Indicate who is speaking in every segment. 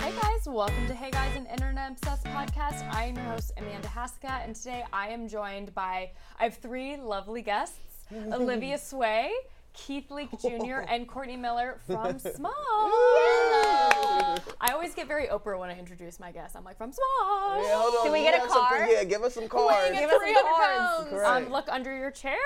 Speaker 1: guys, welcome to Hey Guys an Internet Obsessed podcast. I am your host Amanda Haska, and today I am joined by I have three lovely guests: Olivia Sway, Keith Leake Jr., and Courtney Miller from Smog. I always get very Oprah when I introduce my guests. I'm like from Smog.
Speaker 2: Yeah, hold on.
Speaker 3: Do we get a
Speaker 2: got something
Speaker 3: card?
Speaker 2: here. give us some cards.
Speaker 3: Give us some cards.
Speaker 1: pounds.
Speaker 2: Correct.
Speaker 1: Um, look under your chair.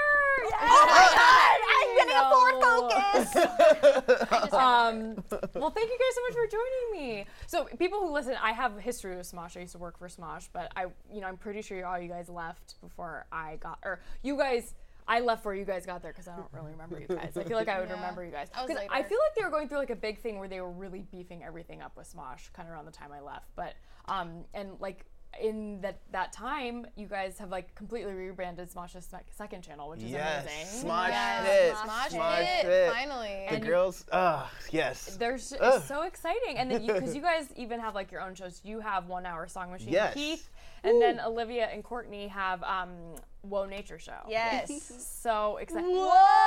Speaker 2: Oh
Speaker 3: I'm getting a Ford
Speaker 1: No.
Speaker 3: Focus.
Speaker 1: Um, well, thank you guys so much for joining me. So, people who listen, I have a history with Smosh. I used to work for Smosh, but I, you know, I'm pretty sure all you guys left before I got, or you guys. I left where you guys got there because I don't really remember you guys. I feel like I would
Speaker 3: Yeah.
Speaker 1: remember you guys
Speaker 3: I was
Speaker 1: because I
Speaker 3: later.
Speaker 1: feel like they were going through like a big thing where they were really beefing everything up with Smosh, kind of around the time I left. But um, and like in that that time, you guys have like completely rebranded Smosh's sec- second channel, which is
Speaker 2: Yes,
Speaker 1: amazing.
Speaker 2: smosh
Speaker 3: Yeah,
Speaker 2: fit,
Speaker 3: smosh
Speaker 2: smosh
Speaker 3: fit,
Speaker 2: fit.
Speaker 3: finally.
Speaker 2: The
Speaker 1: And-
Speaker 2: girls, ah, yes.
Speaker 1: They're s-
Speaker 2: Ugh.
Speaker 1: so exciting, and then because you, guys even have like your own shows. You have one hour song machine,
Speaker 2: Yes.
Speaker 1: Keith, and then Olivia and Courtney have um, Whoa Nature Show.
Speaker 3: Yes.
Speaker 1: so exciting.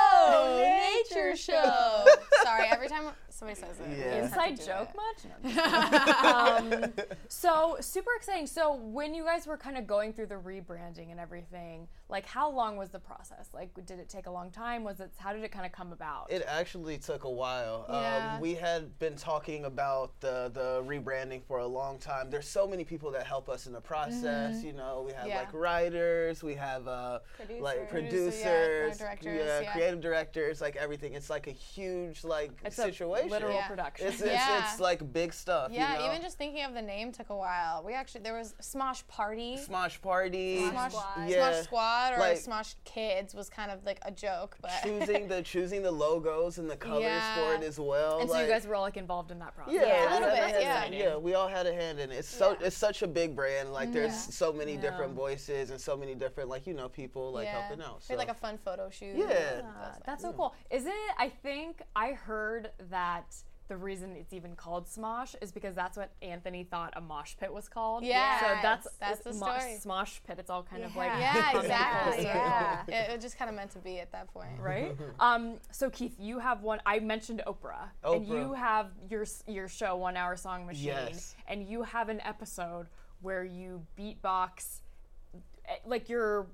Speaker 3: Whoa, nature show. Sorry, every time somebody says it.
Speaker 2: Yeah.
Speaker 3: I just have to
Speaker 1: Inside joke
Speaker 3: do it.
Speaker 1: much? No, I'm just kidding. um, so super exciting. So when you guys were kind of going through the rebranding and everything, like how long was the process? Like, did it take a long time? Was it? How did it kind of come about?
Speaker 2: It actually took a while.
Speaker 3: Yeah.
Speaker 2: Um, we had been talking about the, the rebranding for a long time. There's so many people that help us in the process. You know, we have
Speaker 3: Mm-hmm. Yeah.
Speaker 2: like writers, we have uh, like producers,
Speaker 3: Producers. Producer, yeah, directors, yeah.
Speaker 2: creative directors, like everything. It's like a huge like
Speaker 1: it's
Speaker 2: situation.
Speaker 1: a literal
Speaker 3: Yeah.
Speaker 1: production.
Speaker 2: It's, it's,
Speaker 3: Yeah.
Speaker 2: it's like big stuff.
Speaker 3: Yeah,
Speaker 2: you know?
Speaker 3: even just thinking of the name took a while. We actually there was Smosh Party,
Speaker 2: Smosh party,
Speaker 3: Smosh,
Speaker 2: yeah.
Speaker 3: Smosh Squad, or
Speaker 2: Like-
Speaker 3: Smosh Kids was kind of like a joke, but
Speaker 2: choosing the choosing the logos and the colors for
Speaker 3: Yeah.
Speaker 2: it as well.
Speaker 1: and so
Speaker 2: like-
Speaker 1: you guys were all like involved in that process.
Speaker 2: yeah,
Speaker 3: Yeah, a little
Speaker 2: that-
Speaker 3: bit,
Speaker 2: that-
Speaker 3: yeah.
Speaker 2: yeah, we all had a hand in it. It's so
Speaker 3: Yeah.
Speaker 2: it's such a big brand. Like there's
Speaker 3: Yeah.
Speaker 2: so
Speaker 1: Mm-hmm.
Speaker 2: many
Speaker 1: Yeah.
Speaker 2: different voices and so many different like you know people like
Speaker 3: yeah.
Speaker 2: helping out.
Speaker 3: We
Speaker 2: So.
Speaker 3: had like a fun photo shoot.
Speaker 2: Yeah.
Speaker 3: That
Speaker 2: Yeah,
Speaker 3: was fun.
Speaker 1: That's so cool. Isn't it? I think I heard that the reason it's even called Smosh is because that's what Anthony thought a mosh pit was called. So
Speaker 3: Yes,
Speaker 1: that's
Speaker 3: that's
Speaker 1: it's
Speaker 3: the
Speaker 1: mosh,
Speaker 3: story.
Speaker 1: Smosh pit. It's all kind of like
Speaker 3: yeah,
Speaker 1: coming
Speaker 3: exactly.
Speaker 1: closer.
Speaker 3: Yeah, it, it was just kind of meant to be at that point.
Speaker 1: Right. Um, so Keith, you have one. I mentioned Oprah, and you
Speaker 2: Oprah.
Speaker 1: have your s- your show, One Hour Song Machine,
Speaker 2: Yes.
Speaker 1: and you have an episode where you beatbox, eh, like your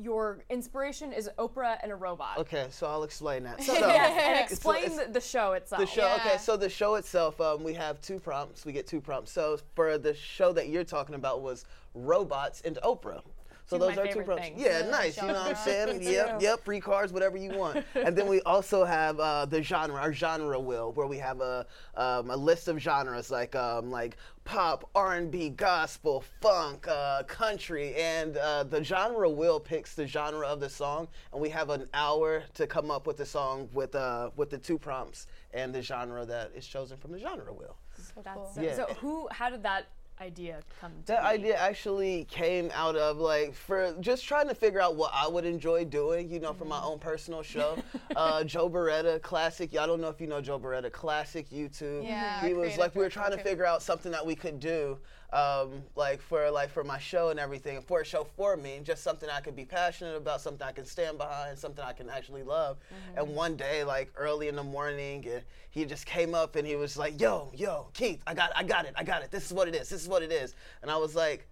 Speaker 1: your inspiration is Oprah and a robot.
Speaker 2: okay, so I'll explain that. So,
Speaker 1: Yes, and
Speaker 2: so
Speaker 1: explain
Speaker 2: it's-
Speaker 1: the, the show itself.
Speaker 2: The show, okay.
Speaker 3: Yeah.
Speaker 2: So the show itself, um, we have two prompts. We get two prompts. So for the show that you're talking about was robots and Oprah. So
Speaker 1: Two of
Speaker 2: those
Speaker 1: my
Speaker 2: are two
Speaker 1: favorite
Speaker 2: prompts.
Speaker 1: things.
Speaker 2: Yeah,
Speaker 3: Yeah,
Speaker 2: nice. You know what I'm
Speaker 3: genre.
Speaker 2: saying? yep, yep. Free cars, whatever you want. and then we also have uh, the genre, our genre wheel, where we have a um, a list of genres like um, like pop, R&B, gospel, funk, uh, country, and uh, the genre wheel picks the genre of the song, and we have an hour to come up with the song with uh, with the two prompts and the genre that is chosen from the genre wheel.
Speaker 1: That's
Speaker 3: cool.
Speaker 1: so,
Speaker 2: Yeah.
Speaker 1: so Who? How did that idea come? To
Speaker 2: That
Speaker 1: be?
Speaker 2: idea actually came out of like for just trying to figure out what I would enjoy doing, you know, for my own personal show. uh, Joe Beretta, classic. Y'all don't know if you know Joe Beretta, classic YouTube.
Speaker 3: Yeah,
Speaker 2: he
Speaker 3: our
Speaker 2: was like
Speaker 3: creative
Speaker 2: we were trying to
Speaker 3: director.
Speaker 2: figure out something that we could do, um, like for like for my show and everything, for a show for me, just something I could be passionate about, something I can stand behind, something I can actually love. And one day, like early in the morning, and he just came up and he was like, "Yo, yo, Keith, I got, I got it, I got it. This is what it is. This is what it is." And I was like.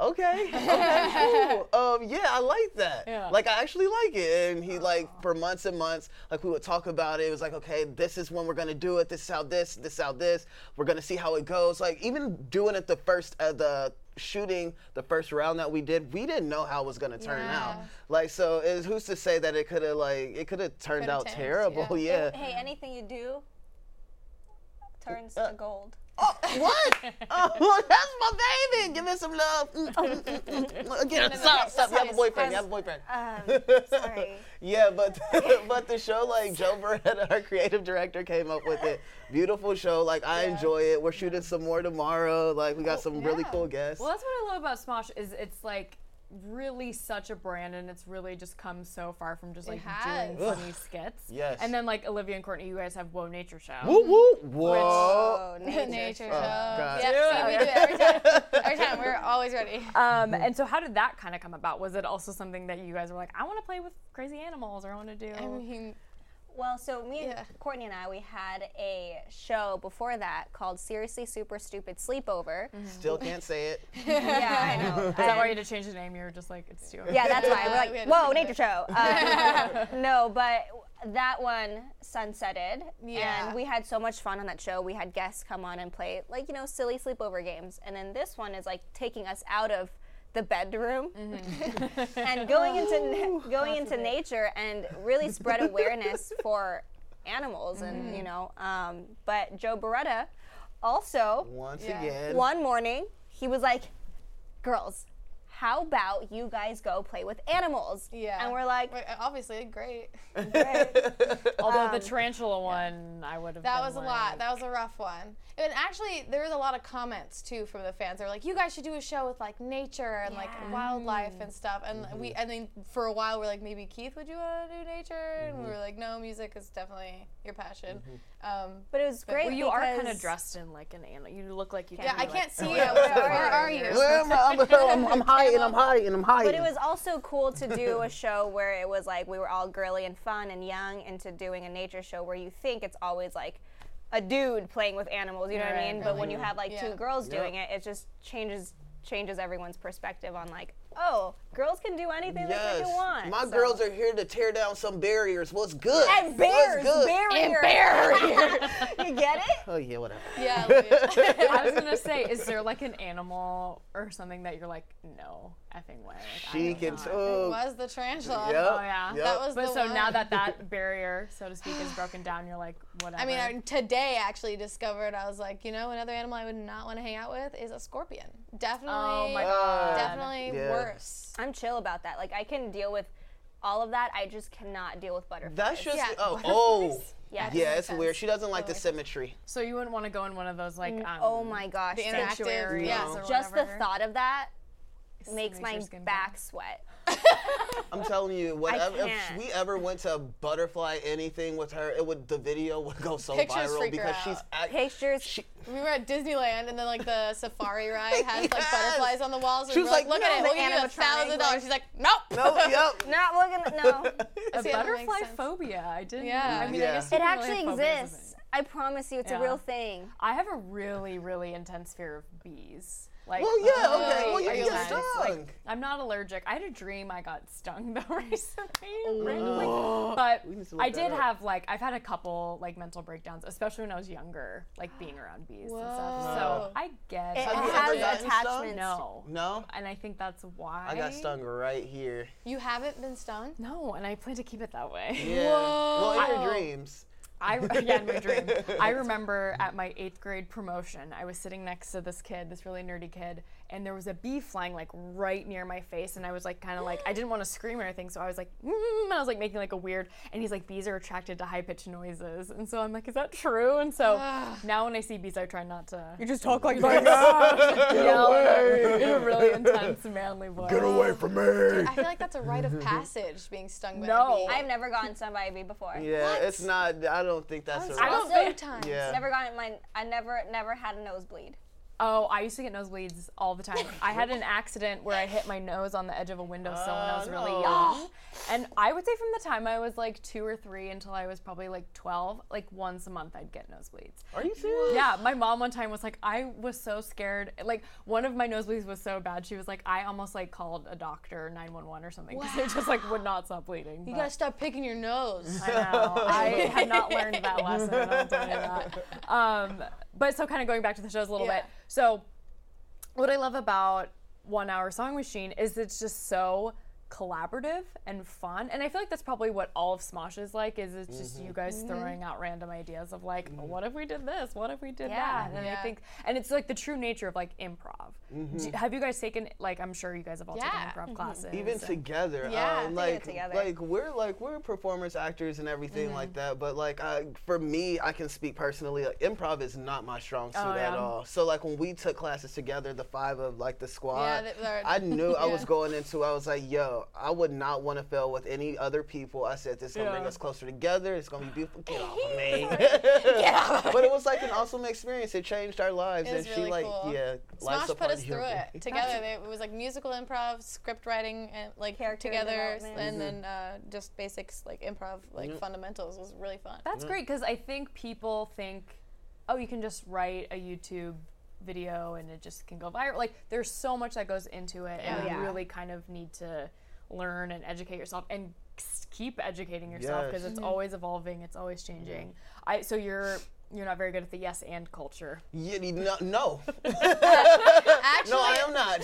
Speaker 2: Okay. Okay. cool. Um, yeah, I like that.
Speaker 1: Yeah.
Speaker 2: Like I actually like it. And he like for months and months, like we would talk about it. It was like, okay, this is when we're gonna do it. This is how this. This is how this. We're gonna see how it goes. Like even doing it the first uh, the shooting the first round that we did, we didn't know how it was gonna turn out.
Speaker 3: Yeah.
Speaker 2: Like so, is who's to say that it could have like it could have turned
Speaker 3: Coulda
Speaker 2: out
Speaker 3: turned,
Speaker 2: terrible?
Speaker 3: yeah.
Speaker 2: Yeah.
Speaker 4: Hey, anything you do turns to gold.
Speaker 2: What? oh, that's my baby. Give me some love. Mm, mm, mm, mm, mm. Again, stop, stop. You have a boyfriend. You have a boyfriend.
Speaker 4: um, Sorry.
Speaker 2: Yeah, but but the show like Joe Beretta, our creative director, came up with it. Beautiful show. Like I enjoy it. We're shooting some more tomorrow. Like we got some really
Speaker 3: yeah.
Speaker 2: cool guests.
Speaker 1: Well, that's what I love about Smosh is it's like really such a brand and it's really just come so far from just like doing
Speaker 3: has.
Speaker 1: funny skits.
Speaker 2: Yes.
Speaker 1: And then like Olivia and Courtney, you guys have Whoa Nature Show.
Speaker 2: Woo woo whoa.
Speaker 4: Oh,
Speaker 3: nature, show.
Speaker 2: God.
Speaker 3: Yeah,
Speaker 2: Yeah.
Speaker 3: see, we do it every time. Every time, we're always ready.
Speaker 1: Um, and so how did that kind of come about? Was it also something that you guys were like, I want to play with crazy animals or I want to do
Speaker 3: I mean,
Speaker 4: Well, so me and
Speaker 3: Yeah.
Speaker 4: Courtney and I, we had a show before that called Seriously Super Stupid Sleepover.
Speaker 2: Still can't say it.
Speaker 4: yeah, I know.
Speaker 1: Is that why you had to change the name? You were just like, it's too.
Speaker 4: Yeah, that's why.
Speaker 3: Yeah, we
Speaker 4: We're like,
Speaker 3: had to
Speaker 4: whoa,
Speaker 3: think
Speaker 4: nature show. Uh, no, but that one sunsetted.
Speaker 3: Yeah.
Speaker 4: And we had so much fun on that show. We had guests come on and play, like, you know, silly sleepover games. And then this one is like taking us out of the bedroom and going into na- going into nature and really spread awareness for animals and you know um, but joe beretta also
Speaker 2: Once
Speaker 3: Yeah.
Speaker 2: again.
Speaker 4: one morning, he was like, "Girls, how about you guys go play with animals?"
Speaker 3: Yeah.
Speaker 4: and we're like,
Speaker 3: Wait, uh, obviously, great.
Speaker 1: Although the tarantula one, I would have.
Speaker 3: That
Speaker 1: been
Speaker 3: was a
Speaker 1: like,
Speaker 3: lot. That was a rough one. And actually, there was a lot of comments too from the fans. They were like, "You guys should do a show with like nature and like
Speaker 4: Yeah.
Speaker 3: wildlife and stuff." And we, and then for a while, we are like, "Maybe Keith, would you want to do nature?" And we were like, "No, music is definitely your passion." Um,
Speaker 4: "But it was great."
Speaker 1: Well, you are kind of
Speaker 4: because-
Speaker 1: dressed in like an animal. You look like you.
Speaker 3: yeah,
Speaker 1: could
Speaker 3: I
Speaker 1: be,
Speaker 3: can't
Speaker 1: like,
Speaker 3: see you. Where
Speaker 4: Where
Speaker 3: are
Speaker 4: are
Speaker 3: you?
Speaker 2: Where am I? I'm, I'm, I'm hiding, I'm hiding, I'm hiding.
Speaker 4: But it was also cool to do a show where it was like we were all girly and fun and young, into doing a nature show where you think it's always like a dude playing with animals. You know what I
Speaker 1: Right.
Speaker 4: mean? But when you have like
Speaker 3: Yeah.
Speaker 4: two girls doing it, it just changes changes everyone's perspective on like, oh, girls can do anything that they
Speaker 2: Yes.
Speaker 4: can want.
Speaker 2: My
Speaker 4: So-
Speaker 2: girls are here to tear down some barriers. What's good?
Speaker 4: and bears,
Speaker 2: What's good?
Speaker 4: barrier. you get it?
Speaker 2: Oh, yeah, whatever.
Speaker 3: Yeah, Olivia.
Speaker 1: I was gonna say, is there like an animal or something that you're like, no, effing way. Like, I
Speaker 2: She
Speaker 1: am
Speaker 2: can.
Speaker 1: not."
Speaker 2: Oh,
Speaker 3: was the tarantula.
Speaker 2: Yep.
Speaker 1: Oh yeah.
Speaker 2: Yep.
Speaker 3: That was
Speaker 1: But
Speaker 3: the
Speaker 1: so now
Speaker 3: one.
Speaker 1: that that barrier, so to speak, is broken down, you're like, whatever.
Speaker 3: I mean, I, today I actually discovered I was like, you know, another animal I would not want to hang out with is a scorpion. Definitely.
Speaker 1: Oh my God.
Speaker 3: Definitely
Speaker 2: Yeah.
Speaker 3: worse.
Speaker 4: I'm chill about that. Like I can deal with all of that. I just cannot deal with butterflies.
Speaker 2: That's just.
Speaker 3: Yeah.
Speaker 2: Oh, oh.
Speaker 4: Yeah.
Speaker 2: Yeah,
Speaker 3: makes
Speaker 2: it's weird.
Speaker 3: sense.
Speaker 2: She doesn't like the
Speaker 3: Totally.
Speaker 2: symmetry.
Speaker 1: so you wouldn't want to go in one of those like.
Speaker 3: Mm,
Speaker 1: Um,
Speaker 4: oh my gosh.
Speaker 3: The
Speaker 4: Just-
Speaker 3: interactive.
Speaker 1: Sanctuary.
Speaker 3: Yeah.
Speaker 1: No.
Speaker 3: or
Speaker 4: just the
Speaker 3: whatever.
Speaker 4: thought of that makes
Speaker 1: makes your
Speaker 4: my
Speaker 1: skin
Speaker 4: back sweat.
Speaker 2: I'm telling you, whatever. If
Speaker 4: can't.
Speaker 2: we ever went to butterfly anything with her, it would. The video would go so
Speaker 3: Pictures
Speaker 2: viral
Speaker 3: freak her
Speaker 2: because
Speaker 3: out.
Speaker 2: she's. At,
Speaker 4: Pictures.
Speaker 2: She,
Speaker 3: We were at Disneyland, and then like the safari ride has like
Speaker 2: Yes.
Speaker 3: butterflies on the walls. and
Speaker 2: She
Speaker 3: we
Speaker 2: was
Speaker 3: were like,
Speaker 2: like,
Speaker 3: "Look at
Speaker 2: no.
Speaker 3: it, we'll give you
Speaker 4: The
Speaker 3: a thousand
Speaker 4: animatronic,
Speaker 3: dollars."
Speaker 4: like-
Speaker 3: She's like, "Nope."
Speaker 2: no, yep.
Speaker 4: not looking. at- No.
Speaker 1: A
Speaker 3: See, that doesn't make
Speaker 1: butterfly
Speaker 3: sense.
Speaker 1: phobia. I didn't.
Speaker 3: Yeah.
Speaker 1: I mean, I
Speaker 2: Yeah.
Speaker 1: guess you
Speaker 2: It
Speaker 4: It
Speaker 1: can really
Speaker 4: actually
Speaker 1: have phobias of
Speaker 4: exists.
Speaker 1: it.
Speaker 4: I promise you, it's
Speaker 1: Yeah.
Speaker 4: a real thing.
Speaker 1: I have a really, really intense fear of bees. Like, oh,
Speaker 2: Well, yeah, okay.
Speaker 1: literally
Speaker 2: Well,
Speaker 3: are
Speaker 2: you
Speaker 3: you
Speaker 2: get
Speaker 1: intense.
Speaker 3: allergic?
Speaker 2: stung.
Speaker 1: I'm not allergic. I had a dream I got stung though recently,
Speaker 3: Oh,
Speaker 1: randomly. but
Speaker 2: need to look
Speaker 1: I
Speaker 2: that
Speaker 1: did
Speaker 2: up.
Speaker 1: have like I've had a couple like mental breakdowns, especially when I was younger, like being around bees and stuff. So
Speaker 3: Whoa.
Speaker 1: I get
Speaker 4: It
Speaker 1: it.
Speaker 2: Have you
Speaker 4: has
Speaker 2: ever gotten
Speaker 4: attachments.
Speaker 2: stung?
Speaker 1: no,
Speaker 2: No,
Speaker 1: and I think that's why
Speaker 2: I got stung right here.
Speaker 3: You haven't been stung?
Speaker 1: No, and I plan to keep it that way.
Speaker 2: Yeah. Well, in
Speaker 1: Whoa.
Speaker 2: your dreams.
Speaker 1: I yeah, in my dream. I remember at my eighth grade promotion, I was sitting next to this kid, this really nerdy kid, and there was a bee flying like right near my face, and I was like kind of like I didn't want to scream or anything, so I was like, mm, and I was like making like a weird, and he's like bees are attracted to high pitched noises, and so I'm like, is that true? And so now when I see bees, I try not to. You just talk like that. yell in a really intense manly voice.
Speaker 2: away from me.
Speaker 3: I feel like that's a rite of passage, being stung by
Speaker 1: No.
Speaker 3: a bee.
Speaker 4: I've never gotten stung by a bee before.
Speaker 2: Yeah, it's not. I don't think that's a
Speaker 1: I don't
Speaker 4: Also,
Speaker 1: think-
Speaker 3: Sometimes.
Speaker 2: Yeah.
Speaker 4: Never gotten my. I never, never had a nosebleed.
Speaker 1: Oh, I used to get nosebleeds all the time. I had an accident where I hit my nose on the edge of a windowsill when I was really
Speaker 2: no.
Speaker 1: young. And I would say from the time I was like two or three until I was probably like 12, like once a month I'd get nosebleeds.
Speaker 2: Are you serious?
Speaker 1: Yeah, my mom one time was like, I was so scared. Like, one of my nosebleeds was so bad, she was like, I almost like called a doctor, 911 or something, because it just like would not stop bleeding.
Speaker 3: You
Speaker 1: but-
Speaker 3: gotta stop picking your nose.
Speaker 1: I know. I had not learned that lesson. I'll tell you that. Um, but so, kind of going back to the shows a little
Speaker 3: Yeah.
Speaker 1: bit. So, what I love about One Hour Song Machine is it's just so collaborative and fun. And I feel like that's probably what all of Smosh is like. Is it's just
Speaker 3: Mm-hmm.
Speaker 1: you guys throwing out random ideas of like, what if we did this? What if we did
Speaker 4: Yeah.
Speaker 1: that? And
Speaker 3: Yeah. Mm-hmm.
Speaker 1: I think, and it's like the true nature of like improv. Do- have you guys taken like I'm sure you guys have all
Speaker 3: Yeah. Mm-hmm.
Speaker 1: taken improv classes.
Speaker 2: Even
Speaker 1: and-
Speaker 2: together,
Speaker 3: Yeah,
Speaker 2: um,
Speaker 3: doing it
Speaker 2: like
Speaker 4: together.
Speaker 2: like we're like we're performers, actors, and everything
Speaker 3: Mm-hmm.
Speaker 2: like that. But like I, for me, I can speak personally. Like, improv is not my strong suit
Speaker 1: Oh,
Speaker 2: at
Speaker 1: yeah.
Speaker 2: all. So like when we took classes together, the five of like the
Speaker 3: Yeah,
Speaker 2: squad,
Speaker 3: that- that-
Speaker 2: I knew I was
Speaker 3: yeah.
Speaker 2: going into. I was like, yo, I would not want to fail with any other people. I said this is gonna bring
Speaker 1: Yeah.
Speaker 2: us closer together. It's gonna be beautiful. Get off of me. Get off. But it was like an awesome experience. It changed our lives,
Speaker 3: It was
Speaker 2: and she
Speaker 3: really
Speaker 2: like
Speaker 3: cool.
Speaker 2: yeah,
Speaker 3: Smosh
Speaker 2: lights up
Speaker 3: put
Speaker 2: our
Speaker 3: us through
Speaker 2: journey.
Speaker 3: it together. They- it was like musical improv, script writing, and like
Speaker 4: Character
Speaker 3: together,
Speaker 4: development.
Speaker 3: and then
Speaker 2: Mm-hmm.
Speaker 3: uh, just basics like improv, like fundamentals. was really fun.
Speaker 2: Mm.
Speaker 1: That's great because I think people think, oh, you can just write a YouTube video and it just can go viral. Like, there's so much that goes into it, and
Speaker 4: Yeah.
Speaker 1: you really kind of need to learn and educate yourself and s- keep educating yourself because
Speaker 2: Yes. Mm-hmm.
Speaker 1: it's always evolving, it's always changing. I so you're you're not very good at the yes and culture.
Speaker 2: Yeah, you- no, no,
Speaker 3: Actually,
Speaker 2: no, I am not.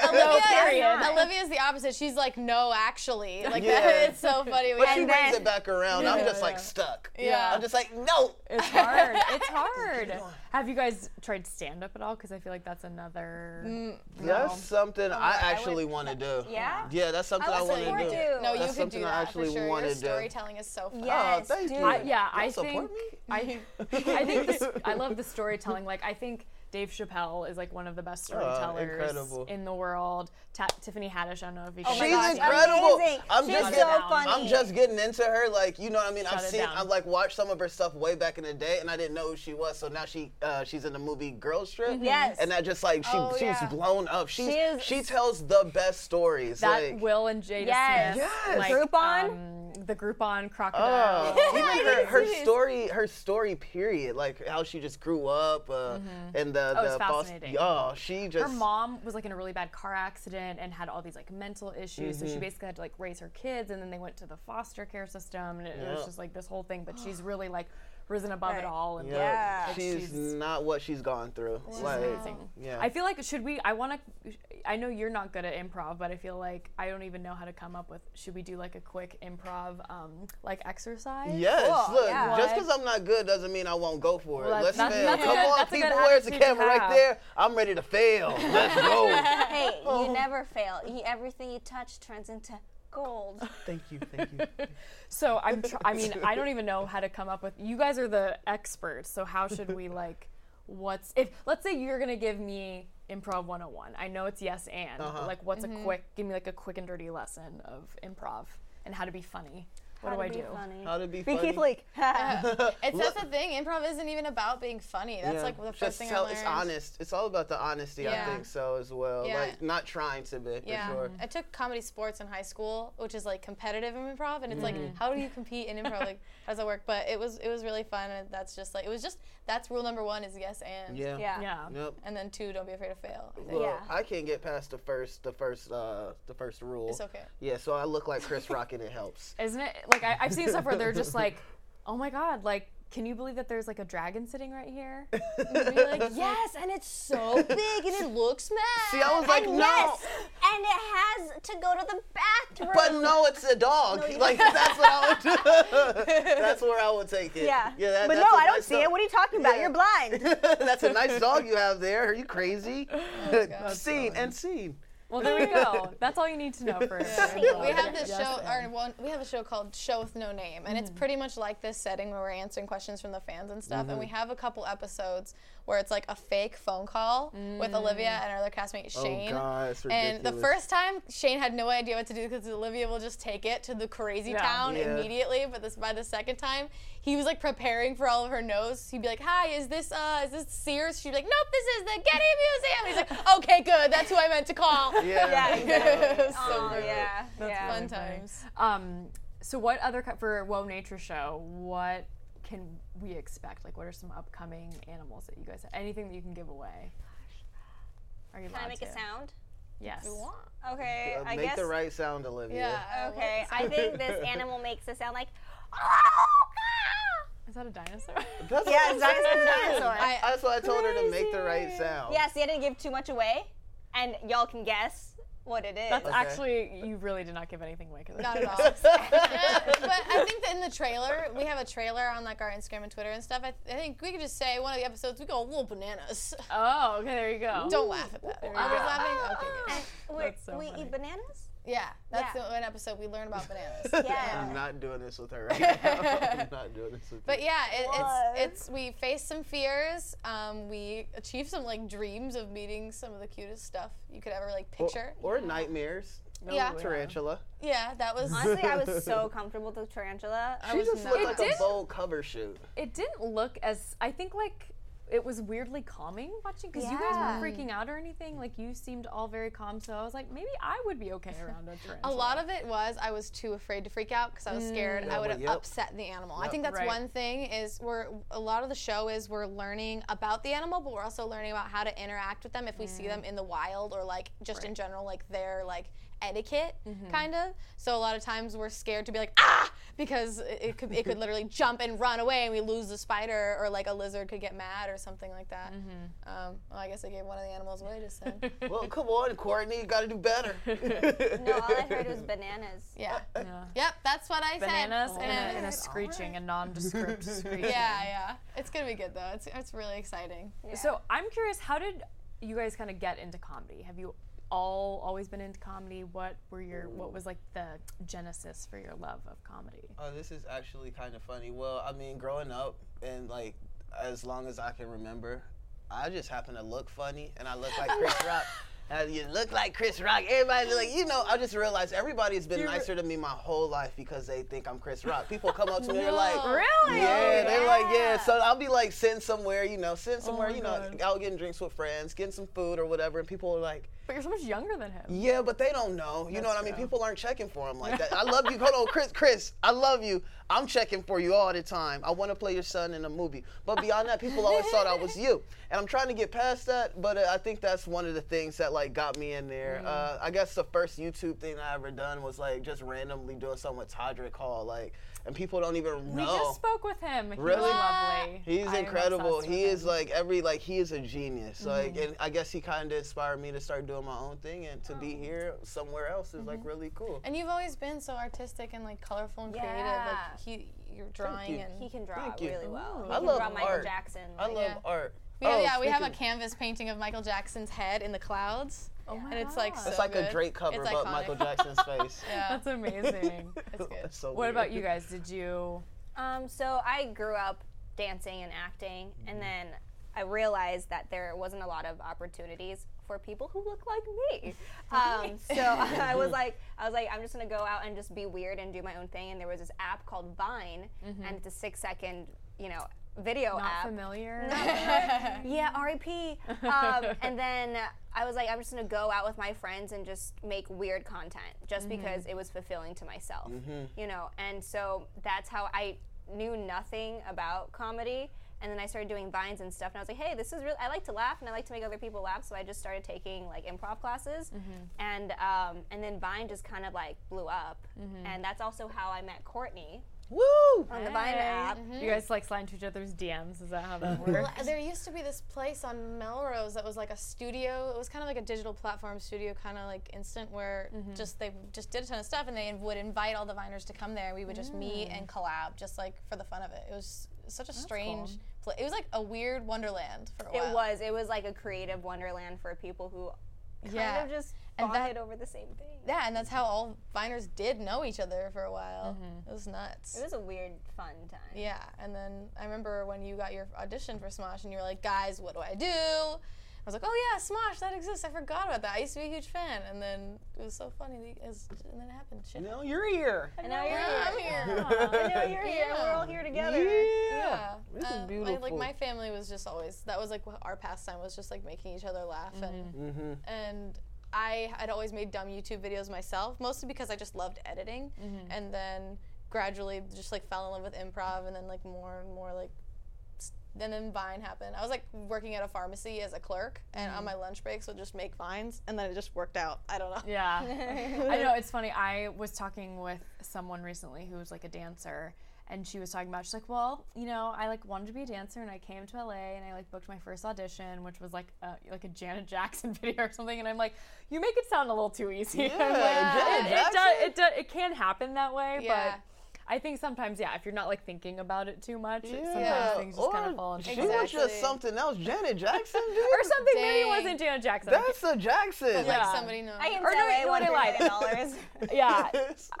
Speaker 1: period.
Speaker 3: Olivia, Olivia's the opposite. She's like, no, actually, like
Speaker 2: Yeah.
Speaker 3: that, it's so funny.
Speaker 2: but she
Speaker 4: And
Speaker 2: brings
Speaker 4: then-
Speaker 2: it back around. I'm
Speaker 1: Yeah,
Speaker 2: just like
Speaker 1: yeah.
Speaker 2: stuck.
Speaker 3: Yeah.
Speaker 2: I'm just like no.
Speaker 1: It's hard. it's hard. Have you guys tried stand up at all? Because I feel like that's another.
Speaker 2: That's something I
Speaker 4: Oh, I
Speaker 2: actually
Speaker 4: would-
Speaker 2: want to do.
Speaker 4: Yeah?
Speaker 2: Yeah, that's something I,
Speaker 4: was
Speaker 2: want
Speaker 4: bored
Speaker 2: to do.
Speaker 4: too.
Speaker 3: no, you
Speaker 4: That's
Speaker 3: could do
Speaker 2: something I
Speaker 3: that
Speaker 2: actually
Speaker 3: for sure.
Speaker 2: wanna
Speaker 3: Your
Speaker 2: do.
Speaker 3: storytelling is so fun.
Speaker 4: Yeah.
Speaker 2: Oh,
Speaker 4: Yes,
Speaker 2: thank
Speaker 4: do
Speaker 2: you.
Speaker 4: it. I-
Speaker 1: yeah,
Speaker 2: Y'all
Speaker 1: I
Speaker 2: support
Speaker 1: think
Speaker 2: me?
Speaker 1: I I think this, I love the storytelling. Like I think Dave Chappelle is like one of the best storytellers
Speaker 2: Oh, incredible.
Speaker 1: in the world. Ta- Tiffany Haddish, I don't know if you. guys-
Speaker 4: Oh my
Speaker 2: She's
Speaker 4: gosh,
Speaker 2: incredible.
Speaker 4: amazing.
Speaker 2: I'm
Speaker 4: She's
Speaker 2: just
Speaker 4: so
Speaker 2: getting,
Speaker 4: funny.
Speaker 2: I'm just getting into her. Like you know what I mean. I've
Speaker 1: Shut it
Speaker 2: seen.
Speaker 1: down.
Speaker 2: I've like watched some of her stuff way back in the day, and I didn't know who she was. So now she uh, she's in the movie Girl Trip.
Speaker 4: Mm-hmm. Yes.
Speaker 2: And that just like she
Speaker 3: Oh,
Speaker 2: she's
Speaker 3: yeah.
Speaker 2: blown up. She's, she
Speaker 4: She is-
Speaker 2: tells the best stories.
Speaker 1: that
Speaker 2: like,
Speaker 1: Will and Jada
Speaker 4: Yes.
Speaker 1: Smith.
Speaker 2: Yes.
Speaker 4: Groupon?
Speaker 1: um, the Groupon crocodile.
Speaker 2: Oh, even her, her story, her story period, like how she just grew up, uh, and the
Speaker 1: Oh, it's
Speaker 2: the false-
Speaker 1: fascinating.
Speaker 2: Oh, she just
Speaker 1: Her mom was like in a really bad car accident and had all these like mental issues,
Speaker 2: Mm-hmm.
Speaker 1: so she basically had to like raise her kids, and then they went to the foster care system, and it was
Speaker 2: Yeah.
Speaker 1: just like this whole thing. But she's really like risen above
Speaker 4: Right.
Speaker 1: it all, and
Speaker 2: Yeah,
Speaker 1: like,
Speaker 4: Yeah.
Speaker 2: she's,
Speaker 1: She's-
Speaker 2: not what she's gone through. like,
Speaker 1: amazing.
Speaker 2: Yeah.
Speaker 1: I feel like should we? I want to. I know you're not good at improv, but I feel like I don't even know how to come up with. Should we do like a quick improv, um, like exercise?
Speaker 2: Yes,
Speaker 4: Cool,
Speaker 2: look,
Speaker 4: yeah.
Speaker 1: What?
Speaker 2: just because I'm not good doesn't mean I won't go for it.
Speaker 1: Well,
Speaker 2: Let's
Speaker 1: that's-
Speaker 2: fail.
Speaker 1: that's a
Speaker 2: Come
Speaker 1: good-
Speaker 2: on,
Speaker 1: that's a good
Speaker 2: people, where's the
Speaker 1: attitude to
Speaker 2: camera right
Speaker 1: have.
Speaker 2: there? I'm ready to fail. Let's go.
Speaker 4: Hey,
Speaker 2: Oh.
Speaker 4: you never fail. You, everything you touch turns into gold.
Speaker 2: thank you, thank you.
Speaker 1: So I'm. Tr- I mean, I don't even know how to come up with. You guys are the experts, so how should we like? What's if? Let's say you're gonna give me improv 101. I know it's yes and.
Speaker 2: Uh-huh.
Speaker 1: Like, what's
Speaker 2: Mm-hmm.
Speaker 1: a quick? Give me like a quick and dirty lesson of improv and how to be funny. What do I do?
Speaker 2: How to be
Speaker 4: Be
Speaker 2: funny.
Speaker 4: Keith Leak.
Speaker 3: It's that's the thing. Improv isn't even about being funny. That's
Speaker 2: Uh, Yeah.
Speaker 3: like the first
Speaker 2: Just
Speaker 3: thing
Speaker 2: tell-
Speaker 3: I learned.
Speaker 2: It's honest. It's all about the honesty,
Speaker 3: Yeah.
Speaker 2: I think so as well.
Speaker 3: Yeah.
Speaker 2: Like not trying to be
Speaker 3: Yeah,
Speaker 2: for sure.
Speaker 1: Mm-hmm.
Speaker 3: I took comedy sports in high school, which is like competitive improv, and it's
Speaker 2: Mm-hmm.
Speaker 3: like how do you compete in improv? Like how does that work? But it was it was really fun, and that's just like it was just that's rule number one is yes and
Speaker 2: Yeah.
Speaker 4: Yeah.
Speaker 1: Yeah.
Speaker 2: Yep.
Speaker 3: and then two don't be afraid to fail. I think.
Speaker 2: Well,
Speaker 4: Yeah.
Speaker 2: I can't get past the first, the first, uh, the first rule.
Speaker 3: It's okay.
Speaker 2: Yeah, so I look like Chris Rock, and it helps.
Speaker 1: isn't it like I, i've seen stuff where they're just like oh my god like can you believe that there's like a dragon sitting right here
Speaker 3: And be like, yeah,
Speaker 4: Yes, and it's so big and it looks mad.
Speaker 2: See, I was like,
Speaker 4: and
Speaker 2: no.
Speaker 4: Yes, and it has to go to the bathroom.
Speaker 2: But no, it's a dog. like that's what I would do. that's where I would take it.
Speaker 4: Yeah.
Speaker 2: Yeah. that-
Speaker 4: but
Speaker 2: that's
Speaker 4: no,
Speaker 2: a
Speaker 4: I don't
Speaker 2: nice
Speaker 4: see
Speaker 2: dog.
Speaker 4: it. What are you talking about?
Speaker 2: Yeah.
Speaker 4: You're blind.
Speaker 2: that's a nice dog you have there. Are you crazy?
Speaker 4: Oh,
Speaker 2: scene and scene.
Speaker 1: well there we go that's all you need to know for
Speaker 3: we have this
Speaker 1: Yes,
Speaker 3: show, or one, we have a show called Show with No Name, and it's
Speaker 2: Mm-hmm.
Speaker 3: pretty much like this setting where we're answering questions from the fans and stuff. And we
Speaker 2: Mm-hmm.
Speaker 3: have a couple episodes where it's like a fake phone call
Speaker 2: Mm.
Speaker 3: with Olivia and our other castmate
Speaker 2: Oh,
Speaker 3: Shane.
Speaker 2: God, it's
Speaker 3: and the
Speaker 2: ridiculous.
Speaker 3: first time Shane had no idea what to do because Olivia will just take it to the crazy
Speaker 1: Yeah.
Speaker 3: town
Speaker 2: Yeah.
Speaker 3: immediately. But this by the second time, he was like preparing for all of her no's. He'd be like, "Hi, is this uh, is this Sears?" She'd be like, "Nope, this is the Getty Museum." He's like, "Okay, good, that's who I meant to call."
Speaker 2: Yeah.
Speaker 3: It was so
Speaker 4: Oh,
Speaker 3: great.
Speaker 4: yeah. yeah.
Speaker 3: Fun times.
Speaker 1: um so what other co- for woe nature show what can we expect like what are some upcoming animals that you guys have anything that you can give away are you
Speaker 4: Can I
Speaker 1: allowed
Speaker 4: make
Speaker 1: to?
Speaker 4: a sound?
Speaker 1: yes
Speaker 4: Okay,
Speaker 2: Uh,
Speaker 4: I
Speaker 2: make
Speaker 4: guess.
Speaker 2: the right sound, Olivia.
Speaker 3: Yeah.
Speaker 4: okay, I think this animal makes a sound like.
Speaker 1: is that a dinosaur
Speaker 2: That's
Speaker 4: Yeah,
Speaker 2: what
Speaker 4: it's
Speaker 2: I'm
Speaker 4: dinosaur,
Speaker 2: saying.
Speaker 4: dinosaur.
Speaker 3: I-
Speaker 2: That's why I told her to make the right sound.
Speaker 4: Yeah, see, I didn't give too much away, and y'all can guess what it is.
Speaker 1: that's actually you really did not give anything away 'cause I-
Speaker 3: Not at all. Uh, but I think that in the trailer, we have a trailer on like our Instagram and Twitter and stuff. I, I think we could just say one of the episodes we go a little bananas.
Speaker 1: oh okay there you go
Speaker 3: Don't laugh at that. I was laughing. Okay, yeah.
Speaker 4: And we're-
Speaker 1: That's so
Speaker 4: we
Speaker 1: funny.
Speaker 4: eat bananas?
Speaker 3: yeah, that's
Speaker 4: Yeah.
Speaker 3: the one episode we learned about bananas.
Speaker 4: Yeah.
Speaker 2: I'm not doing this with her right now. I'm not doing this with
Speaker 3: But
Speaker 2: you.
Speaker 3: yeah, it,
Speaker 4: What?
Speaker 3: it's it's we faced some fears. Um, we achieved some like dreams of meeting some of the cutest stuff you could ever like
Speaker 2: Or-
Speaker 3: picture.
Speaker 2: Or, nightmares.
Speaker 1: No,
Speaker 3: Yeah.
Speaker 1: yeah.
Speaker 2: Tarantula.
Speaker 3: Yeah, that was.
Speaker 4: Honestly, I was so comfortable with Tarantula.
Speaker 3: I
Speaker 2: She
Speaker 3: was
Speaker 2: just
Speaker 3: not-
Speaker 2: looked like
Speaker 1: did-
Speaker 2: a bold cover shoot.
Speaker 1: It didn't look as I think like it was weirdly calming watching because you
Speaker 4: Yeah.
Speaker 1: guys weren't freaking out or anything. Like you seemed all very calm, so I was like, maybe I would be okay around a tarantula.
Speaker 3: A lot of it was I was too afraid to freak out because I was scared I would have
Speaker 2: well, yep.
Speaker 3: upset the animal. I think that's
Speaker 1: Right.
Speaker 3: one thing is we're a lot of the show is we're learning about the animal, but we're also learning about how to interact with them if we see them in the wild or like just in general like their like etiquette kind of. So a lot of times we're scared to be like ah because it, it could it could literally jump and run away and we lose the spider or like a lizard could get mad or something like that. Um, well, I guess I gave one of the animals away just then.
Speaker 2: Well, come on, Courtney, you gotta do better.
Speaker 4: No, all I heard was bananas.
Speaker 3: yeah.
Speaker 1: Yeah.
Speaker 3: Yep, that's what I
Speaker 1: bananas
Speaker 3: said.
Speaker 1: and
Speaker 3: Bananas.
Speaker 1: a, and a screeching, a nondescript screeching.
Speaker 3: yeah, yeah. It's gonna be good though. It's it's really exciting.
Speaker 1: So I'm curious, how did you guys kind of get into comedy? Have you all always been into comedy? What were your what was like the genesis for your love of comedy?
Speaker 2: Oh, this is actually kind of funny. Well, I mean, growing up and like as long as I can remember, I just happen to look funny and I look like Chris Rock. And you look like Chris Rock. Everybody's like, you know, I just realized everybody's been nicer to me my whole life because they think I'm Chris Rock. People come up to me and they're like,
Speaker 1: Really?
Speaker 2: Oh,
Speaker 1: Oh,
Speaker 2: Yeah, they're like, yeah. So I'll be like sitting somewhere, you know, sitting somewhere,
Speaker 1: my
Speaker 2: you know,
Speaker 1: God.
Speaker 2: out getting drinks with friends, getting some food or whatever, and people are like,
Speaker 1: But you're so much younger than him.
Speaker 2: yeah, but they don't know. You know what I mean? People aren't checking for him like that. I love you. Hold on, Chris. Chris, I love you. I'm checking for you all the time. I want to play your son in a movie. But beyond that, people always thought I was you. And I'm trying to get past that. But uh, I think that's one of the things that like got me in there.
Speaker 1: Mm-hmm.
Speaker 2: Uh, I guess the first YouTube thing I ever done was like just randomly doing something with Todrick Hall, like, and people don't even
Speaker 1: We
Speaker 2: know.
Speaker 1: just spoke with him. He
Speaker 2: Really?
Speaker 1: was lovely.
Speaker 2: He's
Speaker 1: I am
Speaker 2: incredible.
Speaker 1: obsessed
Speaker 2: He
Speaker 1: with
Speaker 2: is
Speaker 1: him. Mm-hmm.
Speaker 2: like every like he is a genius. Like and I guess he kind of inspired me to start doing my own thing and to
Speaker 1: Oh.
Speaker 2: be here somewhere else is
Speaker 1: Mm-hmm.
Speaker 2: like really cool.
Speaker 3: And you've always been so artistic and like colorful and
Speaker 4: Yeah.
Speaker 3: creative. Like he, you're drawing
Speaker 2: you.
Speaker 3: and
Speaker 4: He can draw
Speaker 2: Thank you.
Speaker 4: really well.
Speaker 1: Ooh.
Speaker 4: He
Speaker 1: I
Speaker 4: can
Speaker 2: love
Speaker 4: draw Michael
Speaker 2: art.
Speaker 4: Jackson.
Speaker 2: I
Speaker 4: like-
Speaker 2: love
Speaker 3: yeah.
Speaker 2: art.
Speaker 3: we have,
Speaker 2: Oh,
Speaker 3: yeah, we have a
Speaker 2: speaking-
Speaker 3: canvas painting of Michael Jackson's head in the clouds.
Speaker 1: Oh my
Speaker 3: and it's like
Speaker 1: God.
Speaker 3: so
Speaker 2: It's like
Speaker 3: good.
Speaker 2: a Drake cover,
Speaker 3: It's
Speaker 2: but
Speaker 3: iconic.
Speaker 2: Michael Jackson's face.
Speaker 3: Yeah,
Speaker 1: That's amazing.
Speaker 3: it's good.
Speaker 2: That's so
Speaker 1: what
Speaker 2: weird.
Speaker 1: about you guys? Did you
Speaker 4: Um, so I grew up dancing and acting,
Speaker 2: Mm-hmm.
Speaker 4: and then I realized that there wasn't a lot of opportunities for people who look like me. Um, so I was like, I was like, I'm just gonna go out and just be weird and do my own thing. And there was this app called Vine, and it's a six second, you know, video
Speaker 1: Mm-hmm. not
Speaker 4: app.
Speaker 1: familiar?
Speaker 4: Yeah, R.I.P. Um, and then I was like, I'm just gonna go out with my friends and just make weird content, just because it was fulfilling to myself, you know. And so that's how I knew nothing about comedy. And then I started doing vines and stuff, and I was like, "Hey, this is real. I like to laugh, and I like to make other people laugh." So I just started taking like improv classes, and um, and then Vine just kind of like blew up, and that's also how I met Courtney
Speaker 2: Woo!
Speaker 4: on the Vine app.
Speaker 1: You guys like slide into each other's DMs. Is that how that works?
Speaker 3: Well, There used to be this place on Melrose that was like a studio. It was kind of like a digital platform studio, kind of like instant, where
Speaker 4: Mm-hmm.
Speaker 3: just they just did a ton of stuff, and they would invite all the viners to come there. We would just meet and collab, just like for the fun of it. It was such a strange. pla- it was like a weird wonderland for a while.
Speaker 4: It was it was like a creative wonderland for people who
Speaker 3: Yeah.
Speaker 4: kind of just
Speaker 3: And that-
Speaker 4: bonded over the same thing.
Speaker 3: yeah, and that's how all viners did know each other for a while.
Speaker 4: Mm-hmm.
Speaker 3: It was nuts.
Speaker 4: It was a weird, fun time.
Speaker 3: Yeah, and then I remember when you got your audition for Smosh, and you were like, "Guys, what do I do?" I was like, "Oh yeah, Smosh, that exists. I forgot about that. I used to be a huge fan." And then it was so funny, that you- it was, and then it happened. Shit.
Speaker 2: Now you're here.
Speaker 4: And now you're
Speaker 3: Yeah, I'm
Speaker 4: here.
Speaker 3: here.
Speaker 4: I know you're here. We're all here together.
Speaker 3: Yeah,
Speaker 2: This is
Speaker 3: Um, I- like
Speaker 2: beautiful.
Speaker 3: my family was just always that was like wh- our pastime was just like making each other laugh and and I had always made dumb YouTube videos myself, mostly because I just loved editing, and then gradually just like fell in love with improv, and then like more and more like and then Vine happened. I was like working at a pharmacy as a clerk, and on my lunch breaks would just make vines, and then it just worked out. I don't know.
Speaker 1: Yeah. I know, it's funny. I was talking with someone recently who was like a dancer and she was talking about she's like, "Well, you know, I like wanted to be a dancer and I came to LA and I like booked my first audition, which was like a, like a Janet Jackson video or something." And I'm like, "You make it sound a little too easy." I'm like,
Speaker 2: Yeah, Janet
Speaker 1: it, it, does,
Speaker 2: Jackson?
Speaker 1: it, does, it can happen that way,
Speaker 3: Yeah.
Speaker 1: but I think sometimes, yeah, if you're not like thinking about it too much, it-
Speaker 2: Yeah,
Speaker 1: sometimes things just kind
Speaker 2: or
Speaker 1: of fall into
Speaker 2: She
Speaker 1: place.
Speaker 2: was
Speaker 3: Exactly.
Speaker 2: just something else. Janet Jackson, dude.
Speaker 1: Or something maybe
Speaker 3: Dang.
Speaker 1: wasn't Janet Jackson.
Speaker 2: That's a Jackson.
Speaker 1: Yeah.
Speaker 3: Like somebody knows.
Speaker 4: I can
Speaker 1: Or
Speaker 4: tell
Speaker 1: no, you
Speaker 4: I
Speaker 1: know what I
Speaker 4: won
Speaker 1: like?
Speaker 4: dollars.
Speaker 1: yeah.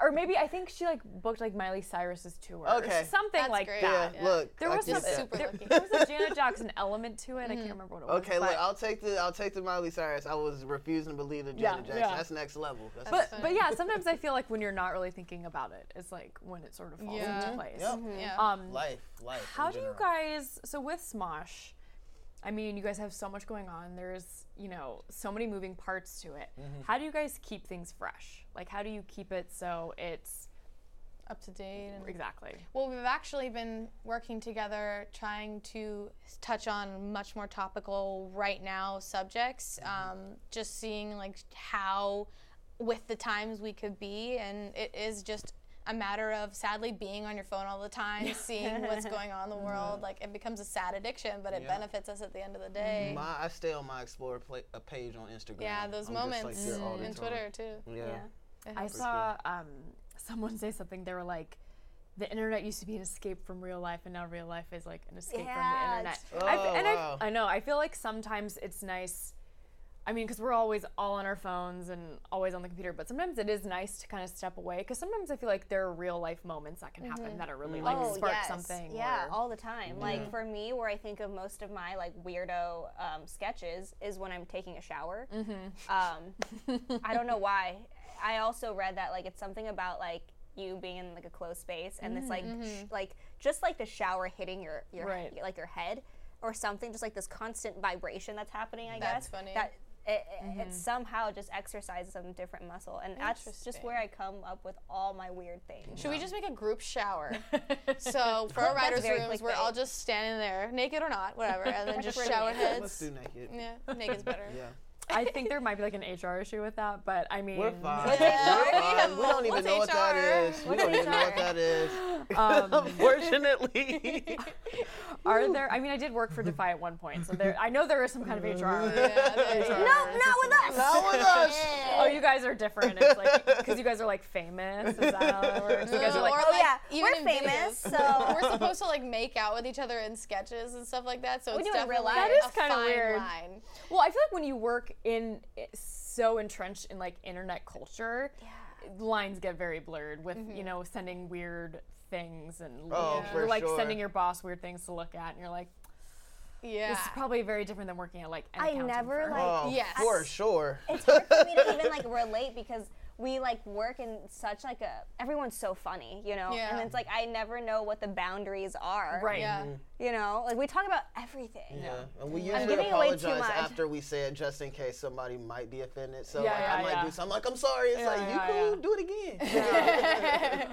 Speaker 1: Or maybe I think she like booked like Miley Cyrus's tour.
Speaker 2: Okay.
Speaker 1: Or something
Speaker 3: That's
Speaker 1: like
Speaker 3: great.
Speaker 1: that.
Speaker 2: Yeah,
Speaker 3: Yeah.
Speaker 2: look.
Speaker 1: There
Speaker 2: I
Speaker 1: was
Speaker 2: get
Speaker 1: some
Speaker 3: just
Speaker 2: that.
Speaker 3: super
Speaker 1: there,
Speaker 3: lucky.
Speaker 1: there was a Janet Jackson element to it. I
Speaker 3: Mm-hmm.
Speaker 1: can't remember what it was.
Speaker 2: Okay,
Speaker 1: but,
Speaker 2: look, I'll take the I'll take the Miley Cyrus. I was refusing to believe in
Speaker 1: Yeah,
Speaker 2: Janet Jackson.
Speaker 1: yeah.
Speaker 2: That's next level. That's
Speaker 1: but,
Speaker 3: fine.
Speaker 1: but yeah, sometimes I feel like when you're not really thinking about it, it's like when it sort of falls
Speaker 3: Yeah.
Speaker 1: into place.
Speaker 2: Mm-hmm. Yep.
Speaker 3: yeah.
Speaker 1: Um,
Speaker 2: life, life. in
Speaker 1: How do you
Speaker 2: general.
Speaker 1: guys? So with Smosh, I mean, you guys have so much going on. There's, you know, so many moving parts to it.
Speaker 2: Mm-hmm.
Speaker 1: How do you guys keep things fresh? Like, how do you keep it so it's
Speaker 3: Up to date. And
Speaker 1: exactly?
Speaker 3: Well, we've actually been working together trying to s- touch on much more topical right now subjects.
Speaker 2: Mm-hmm.
Speaker 3: Um, just seeing like how with the times we could be, and it is just a matter of sadly being on your phone all the time, seeing what's going on in the world. Like it becomes a sad addiction, but it
Speaker 2: Yeah.
Speaker 3: benefits us at the end of the day.
Speaker 2: My, I stay on my Explore pla uh, page on Instagram.
Speaker 3: Yeah, those
Speaker 2: I'm just, like,
Speaker 3: moments
Speaker 2: there all the
Speaker 3: and
Speaker 2: time.
Speaker 3: Twitter too.
Speaker 2: Yeah.
Speaker 4: Yeah.
Speaker 1: I saw um, someone say something. They were like, "The internet used to be an escape from real life, and now real life is like an escape from the
Speaker 4: Yeah,
Speaker 1: internet."
Speaker 4: it's
Speaker 1: I
Speaker 2: true.
Speaker 1: f- and I f-
Speaker 2: Oh, wow.
Speaker 1: I know. I feel like sometimes it's nice. I mean, because we're always all on our phones and always on the computer, but sometimes it is nice to kind of step away. Because sometimes I feel like there are real life moments that can happen that are really like
Speaker 2: Mm-hmm.
Speaker 1: spark something.
Speaker 4: Mm-hmm. Oh, Yeah,
Speaker 1: or-
Speaker 4: all the time. Like for me, where I think of most of my like weirdo um, sketches is when I'm taking a shower.
Speaker 1: Mm-hmm.
Speaker 4: Um, I don't know why. I also read that like it's something about like you being in like a closed space and this like sh- like just like the shower hitting your your
Speaker 1: Mm-hmm. Right.
Speaker 4: like your head or something. Just like this constant vibration that's happening. I
Speaker 3: That's
Speaker 4: guess
Speaker 3: funny.
Speaker 4: That, it, it-
Speaker 1: Mm-hmm.
Speaker 4: it somehow just exercises some different muscle, and that's just
Speaker 3: Interesting.
Speaker 4: where I come up with all my weird things.
Speaker 3: Should we just make a group shower? so for our writers'
Speaker 4: very
Speaker 3: rooms, we're all
Speaker 4: clickbait.
Speaker 3: just standing there, naked or not, whatever, and then just
Speaker 4: We're
Speaker 3: shower
Speaker 4: naked.
Speaker 2: Let's
Speaker 3: heads.
Speaker 2: do naked. Yeah.
Speaker 3: Yeah, naked's better.
Speaker 1: I think there might be like an HR issue with that, but I mean,
Speaker 2: We're fine.
Speaker 3: What's
Speaker 2: We're
Speaker 3: HR? We
Speaker 2: fine.
Speaker 3: have
Speaker 2: We don't even
Speaker 3: what's
Speaker 2: know what
Speaker 3: HR?
Speaker 2: that is. We
Speaker 4: What's
Speaker 2: don't even know what
Speaker 4: HR?
Speaker 2: that is. Unfortunately.
Speaker 1: um, are there? I mean, I did work for Defy at one point, so there. I know there is some kind of HR.
Speaker 3: Yeah, there you
Speaker 4: No,
Speaker 3: are.
Speaker 4: not with us.
Speaker 2: Not with us.
Speaker 1: Oh, you guys are different. It's like because you guys are like famous. Is that how it works? You guys are
Speaker 3: No,
Speaker 1: like,
Speaker 3: or,
Speaker 4: oh yeah,
Speaker 3: even
Speaker 4: we're
Speaker 3: in
Speaker 4: famous,
Speaker 3: videos.
Speaker 4: so
Speaker 3: we're supposed to like make out with each other in sketches and stuff like that. So
Speaker 4: We
Speaker 3: it's
Speaker 4: do it in
Speaker 3: definitely
Speaker 4: real life.
Speaker 1: That is
Speaker 3: a
Speaker 1: kinda
Speaker 3: fine
Speaker 1: weird.
Speaker 3: line.
Speaker 1: Well, I feel like when you work in eh, so entrenched in like internet culture, lines get very blurred with you know sending weird things and
Speaker 2: Oh,
Speaker 1: you're,
Speaker 2: for
Speaker 1: like
Speaker 2: sure.
Speaker 1: sending your boss weird things to look at, and you're like,
Speaker 3: Yeah.
Speaker 1: this is probably very different than working at like. An
Speaker 4: I
Speaker 1: accounting
Speaker 4: never,
Speaker 1: firm.
Speaker 4: like-
Speaker 2: Oh,
Speaker 3: Yes.
Speaker 2: for sure.
Speaker 4: it's hard for me to even like relate because we like work in such like a everyone's so funny, you know,
Speaker 3: Yeah.
Speaker 4: and it's like I never know what the boundaries are,
Speaker 1: right.
Speaker 3: yeah.
Speaker 4: You know, like we talk about everything.
Speaker 2: Yeah, and we
Speaker 4: I'm
Speaker 2: usually
Speaker 4: giving away too
Speaker 2: apologize
Speaker 4: much.
Speaker 2: after we say it just in case somebody might be offended. So
Speaker 1: Yeah,
Speaker 2: like, I
Speaker 1: yeah,
Speaker 2: might
Speaker 1: yeah.
Speaker 2: do something like, I'm sorry. It's like,
Speaker 1: yeah,
Speaker 2: you cool,
Speaker 1: yeah.
Speaker 2: do it again.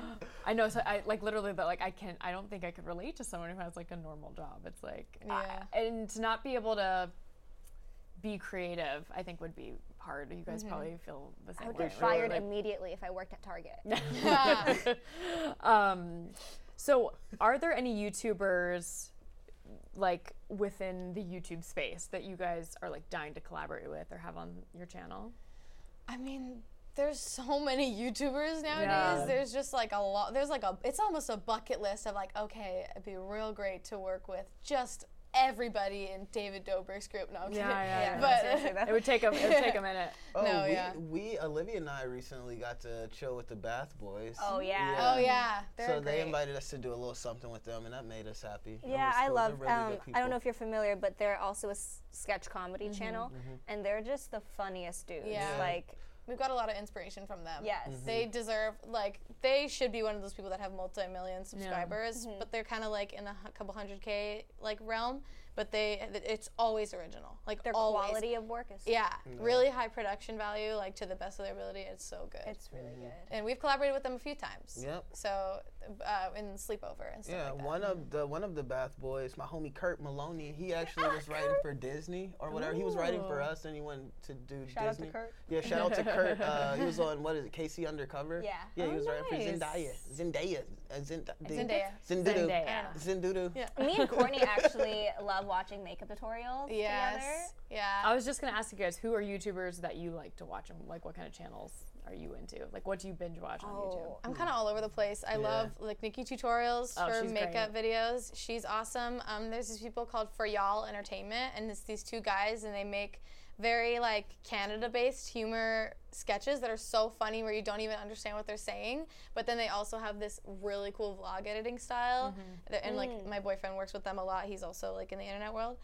Speaker 1: I know. So I like literally, but like I can. I don't think I could relate to someone who has like a normal job. It's like,
Speaker 3: Yeah.
Speaker 1: I- and to not be able to be creative, I think would be hard. You guys probably feel the same
Speaker 4: Mm-hmm. I would
Speaker 1: way.
Speaker 4: get
Speaker 1: right?
Speaker 4: fired
Speaker 1: Like,
Speaker 4: immediately if I worked at Target.
Speaker 1: Um, so, are there any YouTubers like within the YouTube space that you guys are like dying to collaborate with or have on your channel?
Speaker 3: I mean, there's so many YouTubers nowadays.
Speaker 1: Yeah.
Speaker 3: There's just like a lot. There's like a. It's almost a bucket list of like, okay, it'd be real great to work with just everybody in David Dobrik's group. No, I'm kidding.
Speaker 1: yeah, yeah.
Speaker 3: But
Speaker 1: It would take a it would take a minute.
Speaker 2: Oh,
Speaker 3: No,
Speaker 2: we,
Speaker 3: yeah.
Speaker 2: we, Olivia and I recently got to chill with the Bath Boys.
Speaker 4: Oh, yeah.
Speaker 3: oh yeah, they're
Speaker 2: So
Speaker 3: great.
Speaker 2: they invited us to do a little something with them, and that made us happy. That
Speaker 4: Yeah,
Speaker 2: was
Speaker 4: I
Speaker 2: cool.
Speaker 4: love.
Speaker 2: They're really good
Speaker 4: um, I don't
Speaker 2: people.
Speaker 4: know if you're familiar, but they're also a s- sketch comedy channel,
Speaker 2: Mm-hmm.
Speaker 4: and they're just the funniest dudes.
Speaker 3: Mm-hmm. Yeah.
Speaker 4: Like,
Speaker 3: We've got a lot of inspiration from them.
Speaker 4: Yes. Mhm.
Speaker 2: Mm-hmm.
Speaker 3: They deserve, like, they should be one of those people that have multi million subscribers,
Speaker 1: Mm-hmm.
Speaker 3: but they're kind of like in a hu- couple hundred K, like, realm. But they, it's always original. Like,
Speaker 4: their
Speaker 3: always.
Speaker 4: quality of work is.
Speaker 3: Yeah. Really high production value, like, to the best of their ability. It's so good.
Speaker 4: It's really
Speaker 2: Mm-hmm.
Speaker 4: good.
Speaker 3: and we've collaborated with them a few times.
Speaker 2: Yep.
Speaker 3: So, uh, in Sleepover and stuff
Speaker 2: Yeah,
Speaker 3: like that.
Speaker 2: one of the one of the Bath Boys, my homie Kurt Maloney, he actually was writing for Disney or whatever. He was writing for
Speaker 1: Ooh.
Speaker 2: us, and he went to do
Speaker 4: Shout out to
Speaker 2: Disney.
Speaker 4: Kurt.
Speaker 2: Yeah, shout out to Kurt. Uh, he was on what is it, KC Undercover?
Speaker 4: Yeah.
Speaker 2: yeah, he
Speaker 1: Oh,
Speaker 2: was writing for Zendaya,
Speaker 1: nice.
Speaker 2: Zendaya, uh, Zend-
Speaker 3: Zendaya.
Speaker 2: Zendudu,
Speaker 1: Zendaya.
Speaker 2: Zendudu.
Speaker 3: Yeah.
Speaker 4: Me and Courtney actually love watching makeup tutorials
Speaker 3: Yes.
Speaker 4: together.
Speaker 3: Yeah.
Speaker 1: I was just gonna ask you guys who are YouTubers that you like to watch and like what kind of channels are you into? Like, what do you binge watch on
Speaker 4: Oh.
Speaker 1: YouTube?
Speaker 3: I'm kind of all over the place. I
Speaker 2: Yeah.
Speaker 3: love like Nikki tutorials
Speaker 1: Oh,
Speaker 3: for
Speaker 1: she's
Speaker 3: makeup videos. She's awesome. Um, there's these people called For Y'all Entertainment, and it's these two guys, and they make very like Canada-based humor sketches that are so funny where you don't even understand what they're saying. But then they also have this really cool vlog editing style,
Speaker 1: Mm-hmm.
Speaker 3: They're- and like my boyfriend works with them a lot. He's also like in the internet world.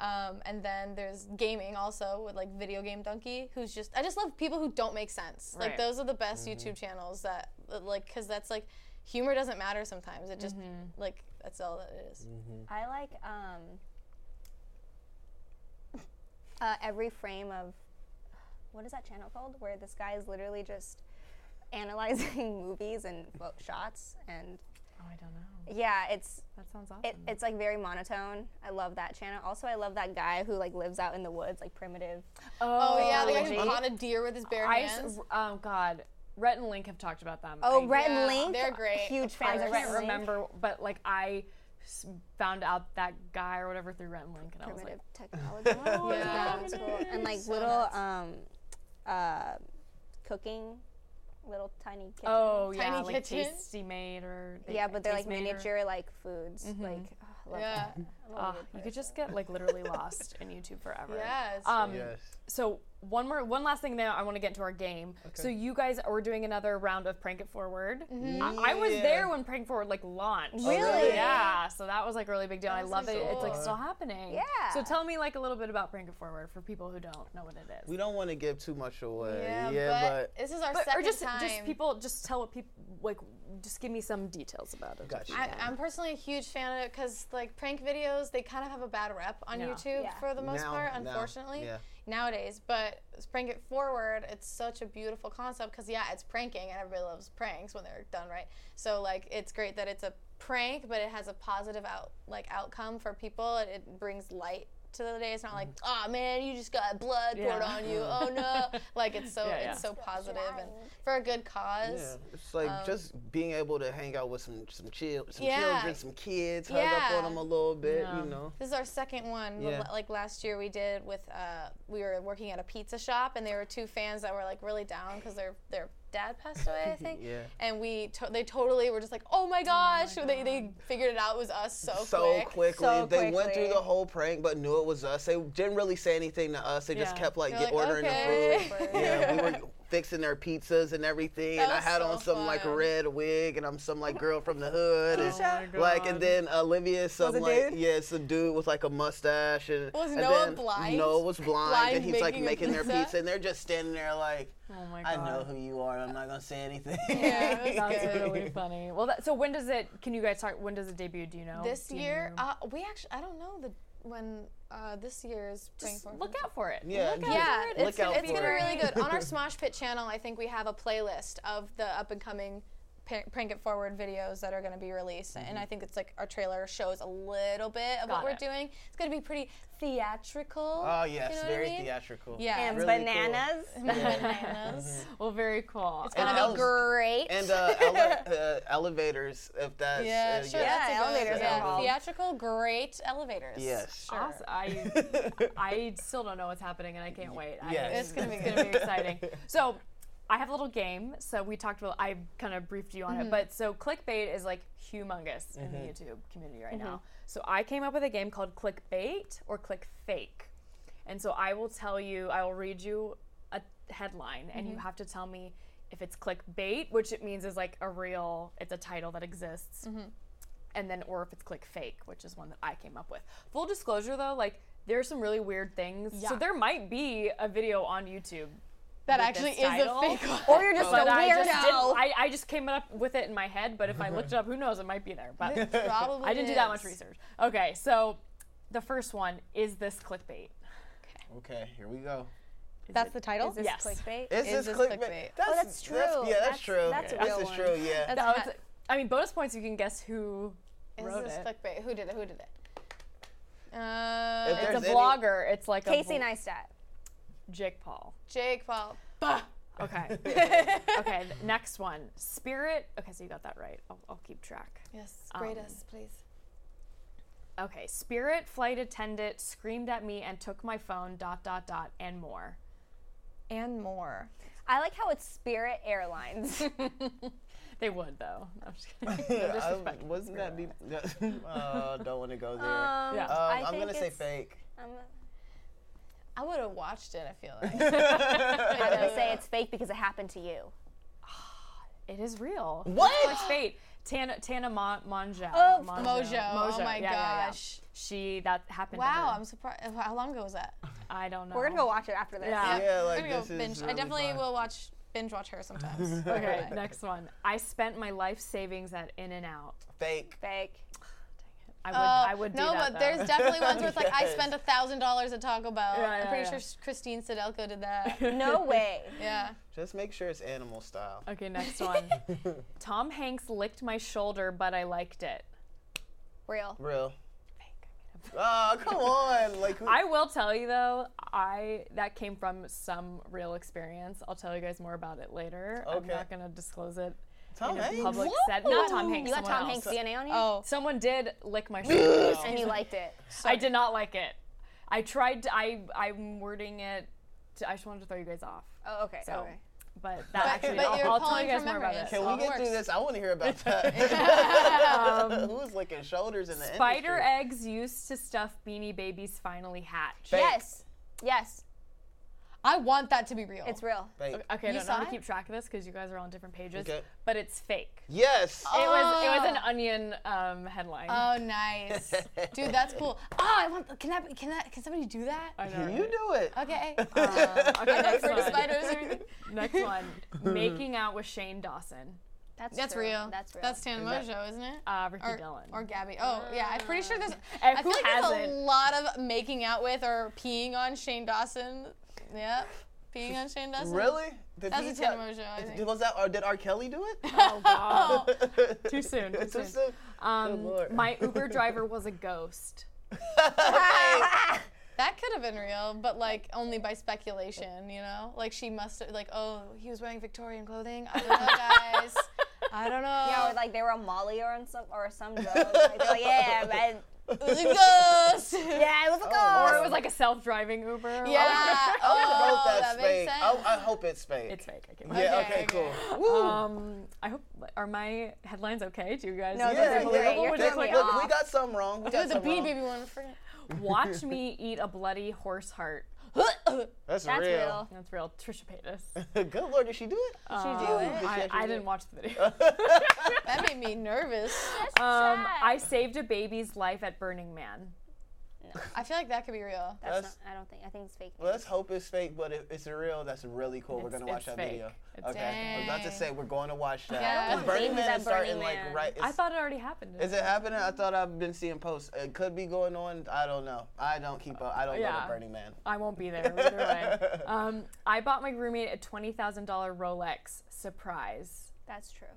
Speaker 3: Um, and then there's gaming also with like video game donkey who's just I just love people who don't make sense. Like
Speaker 1: Right.
Speaker 3: those are the best
Speaker 2: Mm-hmm.
Speaker 3: YouTube channels that like because that's like humor doesn't matter sometimes. It just
Speaker 1: Mm-hmm.
Speaker 3: like that's all that it is.
Speaker 2: Mm.
Speaker 4: I like um, uh, every frame of what is that channel called? Where this guy is literally just analyzing movies and fo- shots, and
Speaker 1: Oh, I don't know.
Speaker 4: yeah, it's
Speaker 1: That sounds awesome.
Speaker 4: it, it's like very monotone. I love that channel. Also, I love that guy who like lives out in the woods, like primitive.
Speaker 3: Oh, yeah, the guy
Speaker 4: Angie.
Speaker 3: who caught a deer with his bare
Speaker 1: I
Speaker 3: hands.
Speaker 1: s- um God, Rhett and Link have talked about them.
Speaker 4: Oh,
Speaker 1: I-
Speaker 4: Rhett
Speaker 3: Yeah,
Speaker 4: and Link,
Speaker 3: they're great,
Speaker 4: Huge
Speaker 3: of
Speaker 4: fans
Speaker 1: I
Speaker 4: of
Speaker 3: course.
Speaker 4: Rhett
Speaker 1: can't
Speaker 4: and Link.
Speaker 1: remember, but like I s- found out that guy or whatever through Rhett and Link, and I was
Speaker 4: primitive
Speaker 1: like,
Speaker 4: technology. Oh,
Speaker 3: Yeah.
Speaker 4: that's cool. And like little um, uh, cooking, little tiny kitchen.
Speaker 1: oh yeah,
Speaker 3: Tiny
Speaker 1: like
Speaker 3: kitchen.
Speaker 1: Tasty Made or they-
Speaker 4: Yeah, but they're
Speaker 1: Taste
Speaker 4: like
Speaker 1: Made or-
Speaker 4: miniature like foods. Like, oh, I love
Speaker 3: Yeah.
Speaker 4: that. I'm a
Speaker 1: Ugh,
Speaker 4: weird
Speaker 1: you could
Speaker 4: person.
Speaker 1: just get like literally lost in YouTube forever.
Speaker 3: Yeah, it's
Speaker 1: Um,
Speaker 2: Yes.
Speaker 1: So one more, one last thing now. I want to get into our game. So you guys are doing another round of Prank It Forward.
Speaker 3: Mm-hmm.
Speaker 1: I, I was
Speaker 2: Yeah.
Speaker 1: there when Prank Forward like launched.
Speaker 4: really?
Speaker 1: Yeah. So that was like a really big deal. I
Speaker 3: Oh, was
Speaker 1: love
Speaker 3: so
Speaker 1: it. It's like
Speaker 2: cool.
Speaker 1: still happening.
Speaker 4: Yeah.
Speaker 1: So tell me like a little bit about Prank It Forward for people who don't know what it is.
Speaker 2: We don't want to give too much away.
Speaker 3: yeah, but, this is our
Speaker 1: but, or
Speaker 3: second
Speaker 1: just
Speaker 3: time.
Speaker 1: just people just tell what people like. Just give me some details about it.
Speaker 2: Gotcha.
Speaker 3: I, I'm personally a huge fan of it because like prank videos, they kind of have a bad rep on
Speaker 1: Yeah.
Speaker 3: YouTube
Speaker 4: Yeah.
Speaker 3: for the most
Speaker 2: Now-
Speaker 3: part,
Speaker 2: now,
Speaker 3: unfortunately.
Speaker 2: yeah.
Speaker 3: Nowadays, but prank it forward. It's such a beautiful concept because yeah, it's pranking, and everybody loves pranks when they're done right. So like, it's great that it's a prank, but it has a positive out like outcome for people. It, it brings light to the day. It's not like, oh man, you just got blood poured
Speaker 1: Mm-hmm. Yeah.
Speaker 3: on you. Oh no! like it's so
Speaker 1: Yeah, yeah.
Speaker 3: it's so positive and for a good cause.
Speaker 2: Yeah, it's like just being able to hang out with some some, chil- some
Speaker 3: um, Yeah.
Speaker 2: children, some kids, hug up
Speaker 3: Yeah.
Speaker 2: on them a little bit,
Speaker 1: Yeah.
Speaker 2: you know.
Speaker 3: This is our second one. The
Speaker 2: Yeah.
Speaker 3: la- Like last year, we did with uh, we were working at a pizza shop, and there were two fans that were like really down because their their dad passed away, I think.
Speaker 2: Yeah.
Speaker 3: And we to- they totally were just like, oh my gosh, they they figured it out. It was us so,
Speaker 2: So
Speaker 3: quick.
Speaker 2: quickly,
Speaker 4: So
Speaker 2: they went through
Speaker 4: quickly.
Speaker 2: the whole prank, but knew it was us. They didn't really say anything to us. They just
Speaker 1: Yeah.
Speaker 2: kept like,
Speaker 3: They're
Speaker 2: get,
Speaker 3: like,
Speaker 2: ordering
Speaker 3: okay.
Speaker 2: the food. yeah, we were fixing their pizzas and everything. and I
Speaker 3: was
Speaker 2: had
Speaker 3: so
Speaker 2: on some like
Speaker 3: fun. Oh
Speaker 2: red wig, and I'm some like girl from the hood. and,
Speaker 1: my God.
Speaker 2: Oh Like and then Olivia, some
Speaker 4: a
Speaker 2: like
Speaker 4: dude?
Speaker 2: yeah, some dude with like a mustache and
Speaker 3: Was
Speaker 2: and
Speaker 3: Noah
Speaker 2: then
Speaker 3: blind?
Speaker 2: Noah was blind, and
Speaker 3: Blind
Speaker 2: he's like
Speaker 3: making a
Speaker 2: making their
Speaker 3: pizza?
Speaker 2: pizza, and they're just standing there like,
Speaker 1: Oh my
Speaker 2: I
Speaker 1: God.
Speaker 2: know who you are. I'm not gonna say anything.
Speaker 3: Yeah, it was
Speaker 1: That's
Speaker 3: good.
Speaker 1: really funny. Well, that, so when does it? Can you guys talk? When does it debut? Do you know?
Speaker 3: This
Speaker 1: Do you
Speaker 3: year,
Speaker 1: know?
Speaker 3: uh, we actually I don't know the when uh, this year's prank
Speaker 1: Just
Speaker 3: for-
Speaker 1: look out for it.
Speaker 2: Yeah,
Speaker 1: Look out
Speaker 3: Yeah,
Speaker 1: for it.
Speaker 2: Look
Speaker 3: it's,
Speaker 2: out
Speaker 3: it's
Speaker 2: for
Speaker 3: gonna
Speaker 2: it.
Speaker 3: be really good. On our Smosh Pit channel, I think we have a playlist of the up and coming pa- prank it forward videos that are gonna be released, and I think it's like our trailer shows a little bit of
Speaker 1: Got
Speaker 3: what
Speaker 1: it.
Speaker 3: we're doing. It's gonna be pretty theatrical.
Speaker 2: Oh yes,
Speaker 3: you know
Speaker 2: very
Speaker 3: what I mean?
Speaker 2: theatrical.
Speaker 3: Yeah,
Speaker 4: And
Speaker 2: really cool.
Speaker 4: bananas.
Speaker 3: Mm-hmm. bananas.
Speaker 1: Well, very cool.
Speaker 3: It's gonna
Speaker 2: I'll-
Speaker 3: be great.
Speaker 2: And uh, ele- uh, elevators, if that's
Speaker 3: yeah,
Speaker 2: uh, yes.
Speaker 3: sure. that's a
Speaker 4: Yeah,
Speaker 3: good-
Speaker 4: elevators are
Speaker 3: yeah,
Speaker 4: involved.
Speaker 3: Theatrical, great elevators.
Speaker 2: Yes.
Speaker 3: sure.
Speaker 1: Awesome. I, I still don't know what's happening, and I can't wait. I-
Speaker 2: Yes.
Speaker 1: it's gonna be gonna be exciting. So, I have a little game. So we talked about. I kind of briefed you on it, but so clickbait is like humongous in the YouTube community right now. So I came up with a game called clickbait or click fake, and so I will tell you. I will read you a headline, and
Speaker 3: Mm-hmm.
Speaker 1: you have to tell me. If it's clickbait, which it means is like a real, it's a title that exists,
Speaker 3: Mm-hmm.
Speaker 1: and then or if it's click fake, which is one that I came up with. Full disclosure though, like there's some really weird things. So
Speaker 3: Yeah.
Speaker 1: there might be a video on YouTube.
Speaker 3: That
Speaker 1: with
Speaker 3: actually
Speaker 1: this
Speaker 3: is a
Speaker 1: title,
Speaker 3: fake one.
Speaker 4: Or you're just
Speaker 1: But
Speaker 4: a
Speaker 1: I
Speaker 4: weirdo.
Speaker 1: just, didn't, I, I just came up with it in my head, but if I looked it up, who knows, it might be there. But
Speaker 3: Probably.
Speaker 1: I didn't do that
Speaker 3: is.
Speaker 1: much research. Okay, so the first one is this clickbait.
Speaker 2: Okay, here we go.
Speaker 3: That's the title.
Speaker 4: is this
Speaker 1: Yes.
Speaker 4: clickbait?
Speaker 2: Is,
Speaker 3: Is
Speaker 2: this
Speaker 3: this
Speaker 2: clickbait?
Speaker 3: clickbait?
Speaker 2: That's,
Speaker 4: that's true.
Speaker 2: yeah, that's,
Speaker 4: That's-
Speaker 2: true.
Speaker 4: that's a
Speaker 2: this
Speaker 4: real
Speaker 2: is
Speaker 4: one.
Speaker 2: true. Yeah.
Speaker 3: That's
Speaker 1: No,
Speaker 3: not-
Speaker 1: it's, I mean, bonus points. You can guess who
Speaker 3: Is
Speaker 1: wrote
Speaker 3: this
Speaker 1: it.
Speaker 3: clickbait? Who did it? Who did it? Uh,
Speaker 2: If
Speaker 1: It's
Speaker 2: there's
Speaker 1: a
Speaker 2: any-
Speaker 1: vlogger. It's like
Speaker 4: Casey
Speaker 1: a vl-
Speaker 4: Neistat.
Speaker 1: Jake Paul.
Speaker 3: Jake Paul.
Speaker 1: Okay. okay. th- Next one. Spirit. Okay, so you got that right. I'll, I'll keep track.
Speaker 3: Yes,
Speaker 1: grade
Speaker 3: grade
Speaker 1: Um,
Speaker 3: us, please.
Speaker 1: Okay. Spirit flight attendant screamed at me and took my phone. Dot dot dot and more.
Speaker 3: And more.
Speaker 4: I like how it's Spirit Airlines.
Speaker 1: They would though. No, I'm just kidding. No
Speaker 2: Yeah, I-
Speaker 1: disrespect.
Speaker 2: wasn't that deep? oh, don't want to go there.
Speaker 4: Um,
Speaker 1: Yeah.
Speaker 2: Um,
Speaker 4: I
Speaker 2: I'm
Speaker 4: think
Speaker 2: gonna say
Speaker 4: it's- um,
Speaker 2: fake.
Speaker 4: I'm,
Speaker 3: I would have watched it. I feel like.
Speaker 4: I'm gonna say it's fake because it happened to you.
Speaker 1: It is real.
Speaker 2: What?
Speaker 1: It's like fate. Tana Tana Mon- Mongeau.
Speaker 4: Oh,
Speaker 1: Mongeau.
Speaker 3: Mojo. Oh my
Speaker 1: Yeah, yeah, yeah.
Speaker 3: gosh.
Speaker 1: She that happened.
Speaker 3: Wow,
Speaker 1: To
Speaker 3: I'm surprised. How long ago was that?
Speaker 1: her. I don't know.
Speaker 4: We're gonna go watch it after this.
Speaker 1: Oh. Yeah.
Speaker 2: Yeah,
Speaker 3: I'm
Speaker 2: like,
Speaker 3: gonna go
Speaker 2: this is
Speaker 3: binge. I
Speaker 2: really
Speaker 3: definitely
Speaker 2: fun.
Speaker 3: will watch binge watch her sometimes.
Speaker 1: Okay, next one. I spent my life savings at In and Out.
Speaker 2: Fake.
Speaker 4: Fake.
Speaker 1: I would.
Speaker 3: Oh,
Speaker 1: I would do
Speaker 3: no,
Speaker 1: that.
Speaker 3: but
Speaker 1: though.
Speaker 3: there's definitely ones where it's like I
Speaker 2: Yes.
Speaker 3: spent a thousand dollars at Taco Bell.
Speaker 1: Yeah,
Speaker 3: I'm
Speaker 1: yeah,
Speaker 3: pretty
Speaker 1: yeah.
Speaker 3: sure Christine Sidelko did that.
Speaker 4: No way.
Speaker 3: yeah.
Speaker 2: Just make sure it's animal style.
Speaker 1: Okay, next one. Tom Hanks licked my shoulder, but I liked it.
Speaker 4: Real.
Speaker 2: Real.
Speaker 1: Fake.
Speaker 2: Oh, come on. Like, who-
Speaker 1: I will tell you though, I that came from some real experience. I'll tell you guys more about it later. I'm
Speaker 2: Okay.
Speaker 1: not gonna disclose it
Speaker 2: Tom
Speaker 1: in a
Speaker 2: Hanks.
Speaker 1: public set. Not Tom Hanks.
Speaker 4: You got
Speaker 1: someone
Speaker 4: Tom
Speaker 1: else.
Speaker 4: Hanks DNA on you?
Speaker 3: Oh,
Speaker 1: Someone did lick my shoulder. though.
Speaker 4: And you liked it.
Speaker 1: I did not like it. I tried. To, I I'm wording it. To, I just wanted to throw you guys off.
Speaker 4: Oh, okay.
Speaker 1: So,
Speaker 4: okay.
Speaker 1: but that actually,
Speaker 3: but you're
Speaker 1: I'll, I'll tell
Speaker 3: pulling
Speaker 1: you guys
Speaker 3: from
Speaker 1: more about
Speaker 3: memories.
Speaker 1: it.
Speaker 2: Can
Speaker 3: All
Speaker 2: we get
Speaker 3: works.
Speaker 2: through this? I want to hear about that. Who's licking shoulders in the
Speaker 1: Spider
Speaker 2: industry?
Speaker 1: eggs used to stuff Beanie Babies finally hatch.
Speaker 2: Fake.
Speaker 4: Yes. Yes.
Speaker 3: I want that to be real.
Speaker 4: It's real.
Speaker 2: Fake.
Speaker 1: Okay, I
Speaker 3: You
Speaker 1: don't know how
Speaker 3: saw
Speaker 1: to
Speaker 3: it?
Speaker 1: keep track of this because you guys are on different pages.
Speaker 2: Okay.
Speaker 1: But it's fake.
Speaker 2: Yes.
Speaker 1: It was it was an
Speaker 3: Oh.
Speaker 1: onion um, headline.
Speaker 3: oh, nice, dude. That's cool. Oh, I want. Can that? Can that? Can somebody do that?
Speaker 1: I know.
Speaker 2: Can
Speaker 1: right?
Speaker 2: you do it?
Speaker 3: Okay.
Speaker 1: Uh, okay, next
Speaker 3: For
Speaker 1: one.
Speaker 3: spiders. and everything.
Speaker 1: Next one. Making out with Shane Dawson.
Speaker 4: That's,
Speaker 3: That's
Speaker 4: true.
Speaker 3: real.
Speaker 4: That's real.
Speaker 3: That's Tan Mojo, isn't it?
Speaker 1: Uh, Ricky
Speaker 3: or,
Speaker 1: Dillon.
Speaker 3: or Gabby. Oh, yeah. I'm pretty sure there's.
Speaker 1: And
Speaker 3: I
Speaker 1: who
Speaker 3: feel like there's a
Speaker 1: hasn't?
Speaker 3: lot of making out with or peeing on Shane Dawson. Yep. Peeing on Shane Dawson.
Speaker 2: Really? Did
Speaker 3: That's
Speaker 2: he
Speaker 3: a
Speaker 2: tell-
Speaker 3: Tim Mojo, I
Speaker 2: Did-
Speaker 3: think.
Speaker 2: Was that, or did R. Kelly do it?
Speaker 1: Oh god. too soon. Too
Speaker 2: It's
Speaker 1: soon.
Speaker 2: just a-
Speaker 1: Um,
Speaker 2: Lord.
Speaker 1: my Uber driver was a ghost.
Speaker 3: That could have been real, but like only by speculation, you know? Like she must have, like, oh, he was wearing Victorian clothing. I don't know, guys. I don't know.
Speaker 4: Yeah, or like they were a Molly or on some or some drug. Like, they're like, yeah, man.
Speaker 3: it was a ghost.
Speaker 4: Yeah, Oh, it was a ghost.
Speaker 1: Or it was like a self-driving Uber.
Speaker 3: Yeah.
Speaker 2: I
Speaker 3: Oh,
Speaker 2: hope that's
Speaker 3: that makes
Speaker 2: fake. I, I
Speaker 3: sense.
Speaker 2: hope it's fake.
Speaker 1: It's fake. I can't
Speaker 2: yeah. Okay.
Speaker 3: Okay, okay.
Speaker 2: Cool. Woo.
Speaker 1: Um, I hope are my headlines okay? Do you guys?
Speaker 4: No, those
Speaker 2: yeah,
Speaker 4: are
Speaker 2: yeah.
Speaker 4: great. You're
Speaker 2: Look,
Speaker 4: throwing me
Speaker 2: look,
Speaker 4: off.
Speaker 2: we got some wrong. We got
Speaker 3: Dude, the
Speaker 2: some
Speaker 3: Beanie
Speaker 2: wrong.
Speaker 3: Baby one. I forgot.
Speaker 1: Watch me eat a bloody horse heart.
Speaker 2: That's,
Speaker 4: That's
Speaker 2: real.
Speaker 4: real.
Speaker 1: That's real. Trisha Paytas. Um,
Speaker 2: Good lord, did she do it?
Speaker 4: She do it.
Speaker 1: I,
Speaker 2: actually
Speaker 1: I
Speaker 2: do
Speaker 1: didn't
Speaker 2: it?
Speaker 1: watch the video. um,
Speaker 3: That made me nervous.
Speaker 4: Um,
Speaker 1: I saved a baby's life at Burning Man.
Speaker 3: I feel like that could be real.
Speaker 4: That's
Speaker 2: That's-
Speaker 4: not, I don't think. I think it's fake.
Speaker 2: Let's hope it's fake, but if it's real, that's really cool. we're
Speaker 1: It's-
Speaker 2: gonna
Speaker 1: it's
Speaker 2: watch that
Speaker 1: fake.
Speaker 2: video.
Speaker 1: It's
Speaker 2: okay. I was about to
Speaker 3: Dang.
Speaker 2: say we're going to watch that.
Speaker 3: Yeah. I don't
Speaker 2: Is
Speaker 3: want
Speaker 2: Burning
Speaker 4: babies
Speaker 2: Man
Speaker 4: at
Speaker 2: is starting
Speaker 4: Burning
Speaker 2: like
Speaker 4: Man.
Speaker 2: right.
Speaker 1: I
Speaker 2: is-
Speaker 1: thought it already happened.
Speaker 2: Is it happening? I thought I've been seeing posts. It could be going on. I don't know. I don't keep up. I don't go
Speaker 1: Yeah.
Speaker 2: to Burning Man.
Speaker 1: I won't be there either way.
Speaker 3: Uh,
Speaker 1: Um, I bought my roommate a twenty thousand dollar Rolex. Surprise.
Speaker 4: That's true.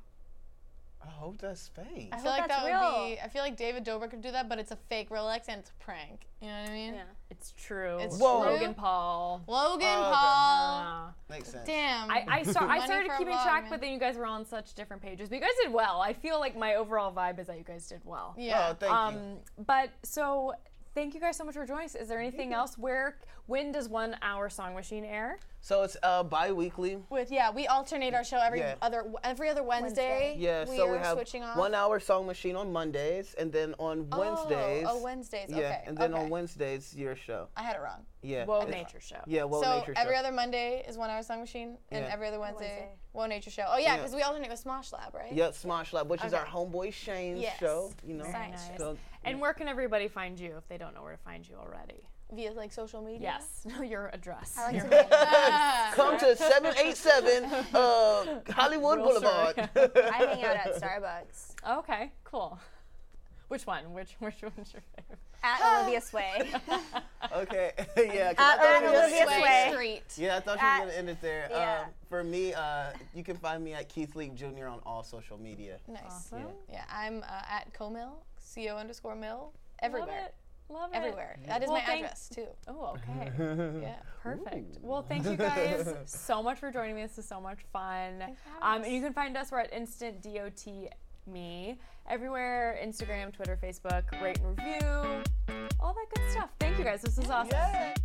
Speaker 2: I hope that's fake.
Speaker 3: I feel like that
Speaker 4: that's
Speaker 3: would
Speaker 4: real.
Speaker 3: be. I feel like David Dobrik could do that, but it's a fake Rolex and it's a prank. You know what I mean?
Speaker 4: Yeah.
Speaker 1: It's true.
Speaker 3: It's
Speaker 2: Whoa. true.
Speaker 1: Logan Paul.
Speaker 3: Logan
Speaker 2: Oh, okay.
Speaker 3: Paul.
Speaker 1: Uh,
Speaker 2: Makes sense.
Speaker 3: Damn.
Speaker 1: I, I, start, I
Speaker 3: Money
Speaker 1: started
Speaker 3: for a
Speaker 1: keeping
Speaker 3: vlog,
Speaker 1: track,
Speaker 3: man.
Speaker 1: but then you guys were on such different pages. But you guys did well. I feel like my overall vibe is that you guys did well.
Speaker 3: yeah.
Speaker 2: Oh, thank you.
Speaker 1: Um, but so thank you guys so much for joining us. Is there anything else? Where, when does One Hour Song Machine air?
Speaker 2: So it's uh, bi-weekly.
Speaker 3: With yeah, we alternate our show every
Speaker 2: Yeah.
Speaker 3: other every other Wednesday.
Speaker 4: Wednesday.
Speaker 2: Yeah,
Speaker 3: we
Speaker 2: so
Speaker 3: are
Speaker 2: we have
Speaker 3: switching off.
Speaker 2: one hour song machine on Mondays, and then on Wednesdays.
Speaker 3: Oh, Wednesdays.
Speaker 2: Yeah,
Speaker 3: okay.
Speaker 2: and then
Speaker 3: okay.
Speaker 2: on Wednesdays your show.
Speaker 3: I had it wrong.
Speaker 2: Yeah.
Speaker 1: Whoa
Speaker 2: it's-
Speaker 1: Nature Show.
Speaker 2: Yeah, Whoa
Speaker 3: so
Speaker 2: Nature
Speaker 3: every
Speaker 2: Show.
Speaker 3: other Monday is one hour song machine, and
Speaker 2: Yeah.
Speaker 3: every other Wednesday,
Speaker 4: Wednesday.
Speaker 3: One Nature Show. Oh yeah,
Speaker 2: Yeah.
Speaker 3: because we alternate with Smosh Lab, right?
Speaker 2: Yep, Smosh Lab, which is
Speaker 3: Okay.
Speaker 2: our homeboy Shane's
Speaker 3: Yes.
Speaker 2: show. You know.
Speaker 3: Very
Speaker 1: nice.
Speaker 2: So,
Speaker 1: And where can everybody find you if they don't know where to find you already?
Speaker 3: Via like social media.
Speaker 1: Yes, no, your address.
Speaker 4: I like
Speaker 1: Your-
Speaker 4: to be-
Speaker 2: come to 787 uh, Hollywood
Speaker 1: Real story.
Speaker 2: Boulevard.
Speaker 4: I hang out at Starbucks
Speaker 1: okay, cool. Which one? Which which one's your favorite?
Speaker 4: at Olivia Sway.
Speaker 2: okay. yeah. 'cause I thought
Speaker 4: At
Speaker 2: you were gonna
Speaker 4: Olivia
Speaker 2: end
Speaker 4: Sway.
Speaker 2: it-
Speaker 3: Sway Street.
Speaker 2: Yeah, I thought you were
Speaker 4: At-
Speaker 2: gonna end it there.
Speaker 4: yeah.
Speaker 2: Um, for me, uh, you can find me at Keith Leak Jr. on all social media.
Speaker 3: Nice.
Speaker 1: Awesome.
Speaker 3: Yeah, I'm uh, at comil, co underscore mill,
Speaker 1: Love
Speaker 3: everywhere,
Speaker 1: it. Love it.
Speaker 3: everywhere. That is
Speaker 1: Well,
Speaker 3: my
Speaker 1: thank-
Speaker 3: address too.
Speaker 1: Oh, okay.
Speaker 3: Yeah.
Speaker 1: Perfect. Well, thank you guys so much for joining me. This was so much fun. Um, and you can find us, we're at Instant DOT Me everywhere Instagram, Twitter, Facebook, rate and review, all that good stuff. Thank you guys. This was awesome.
Speaker 2: Yeah.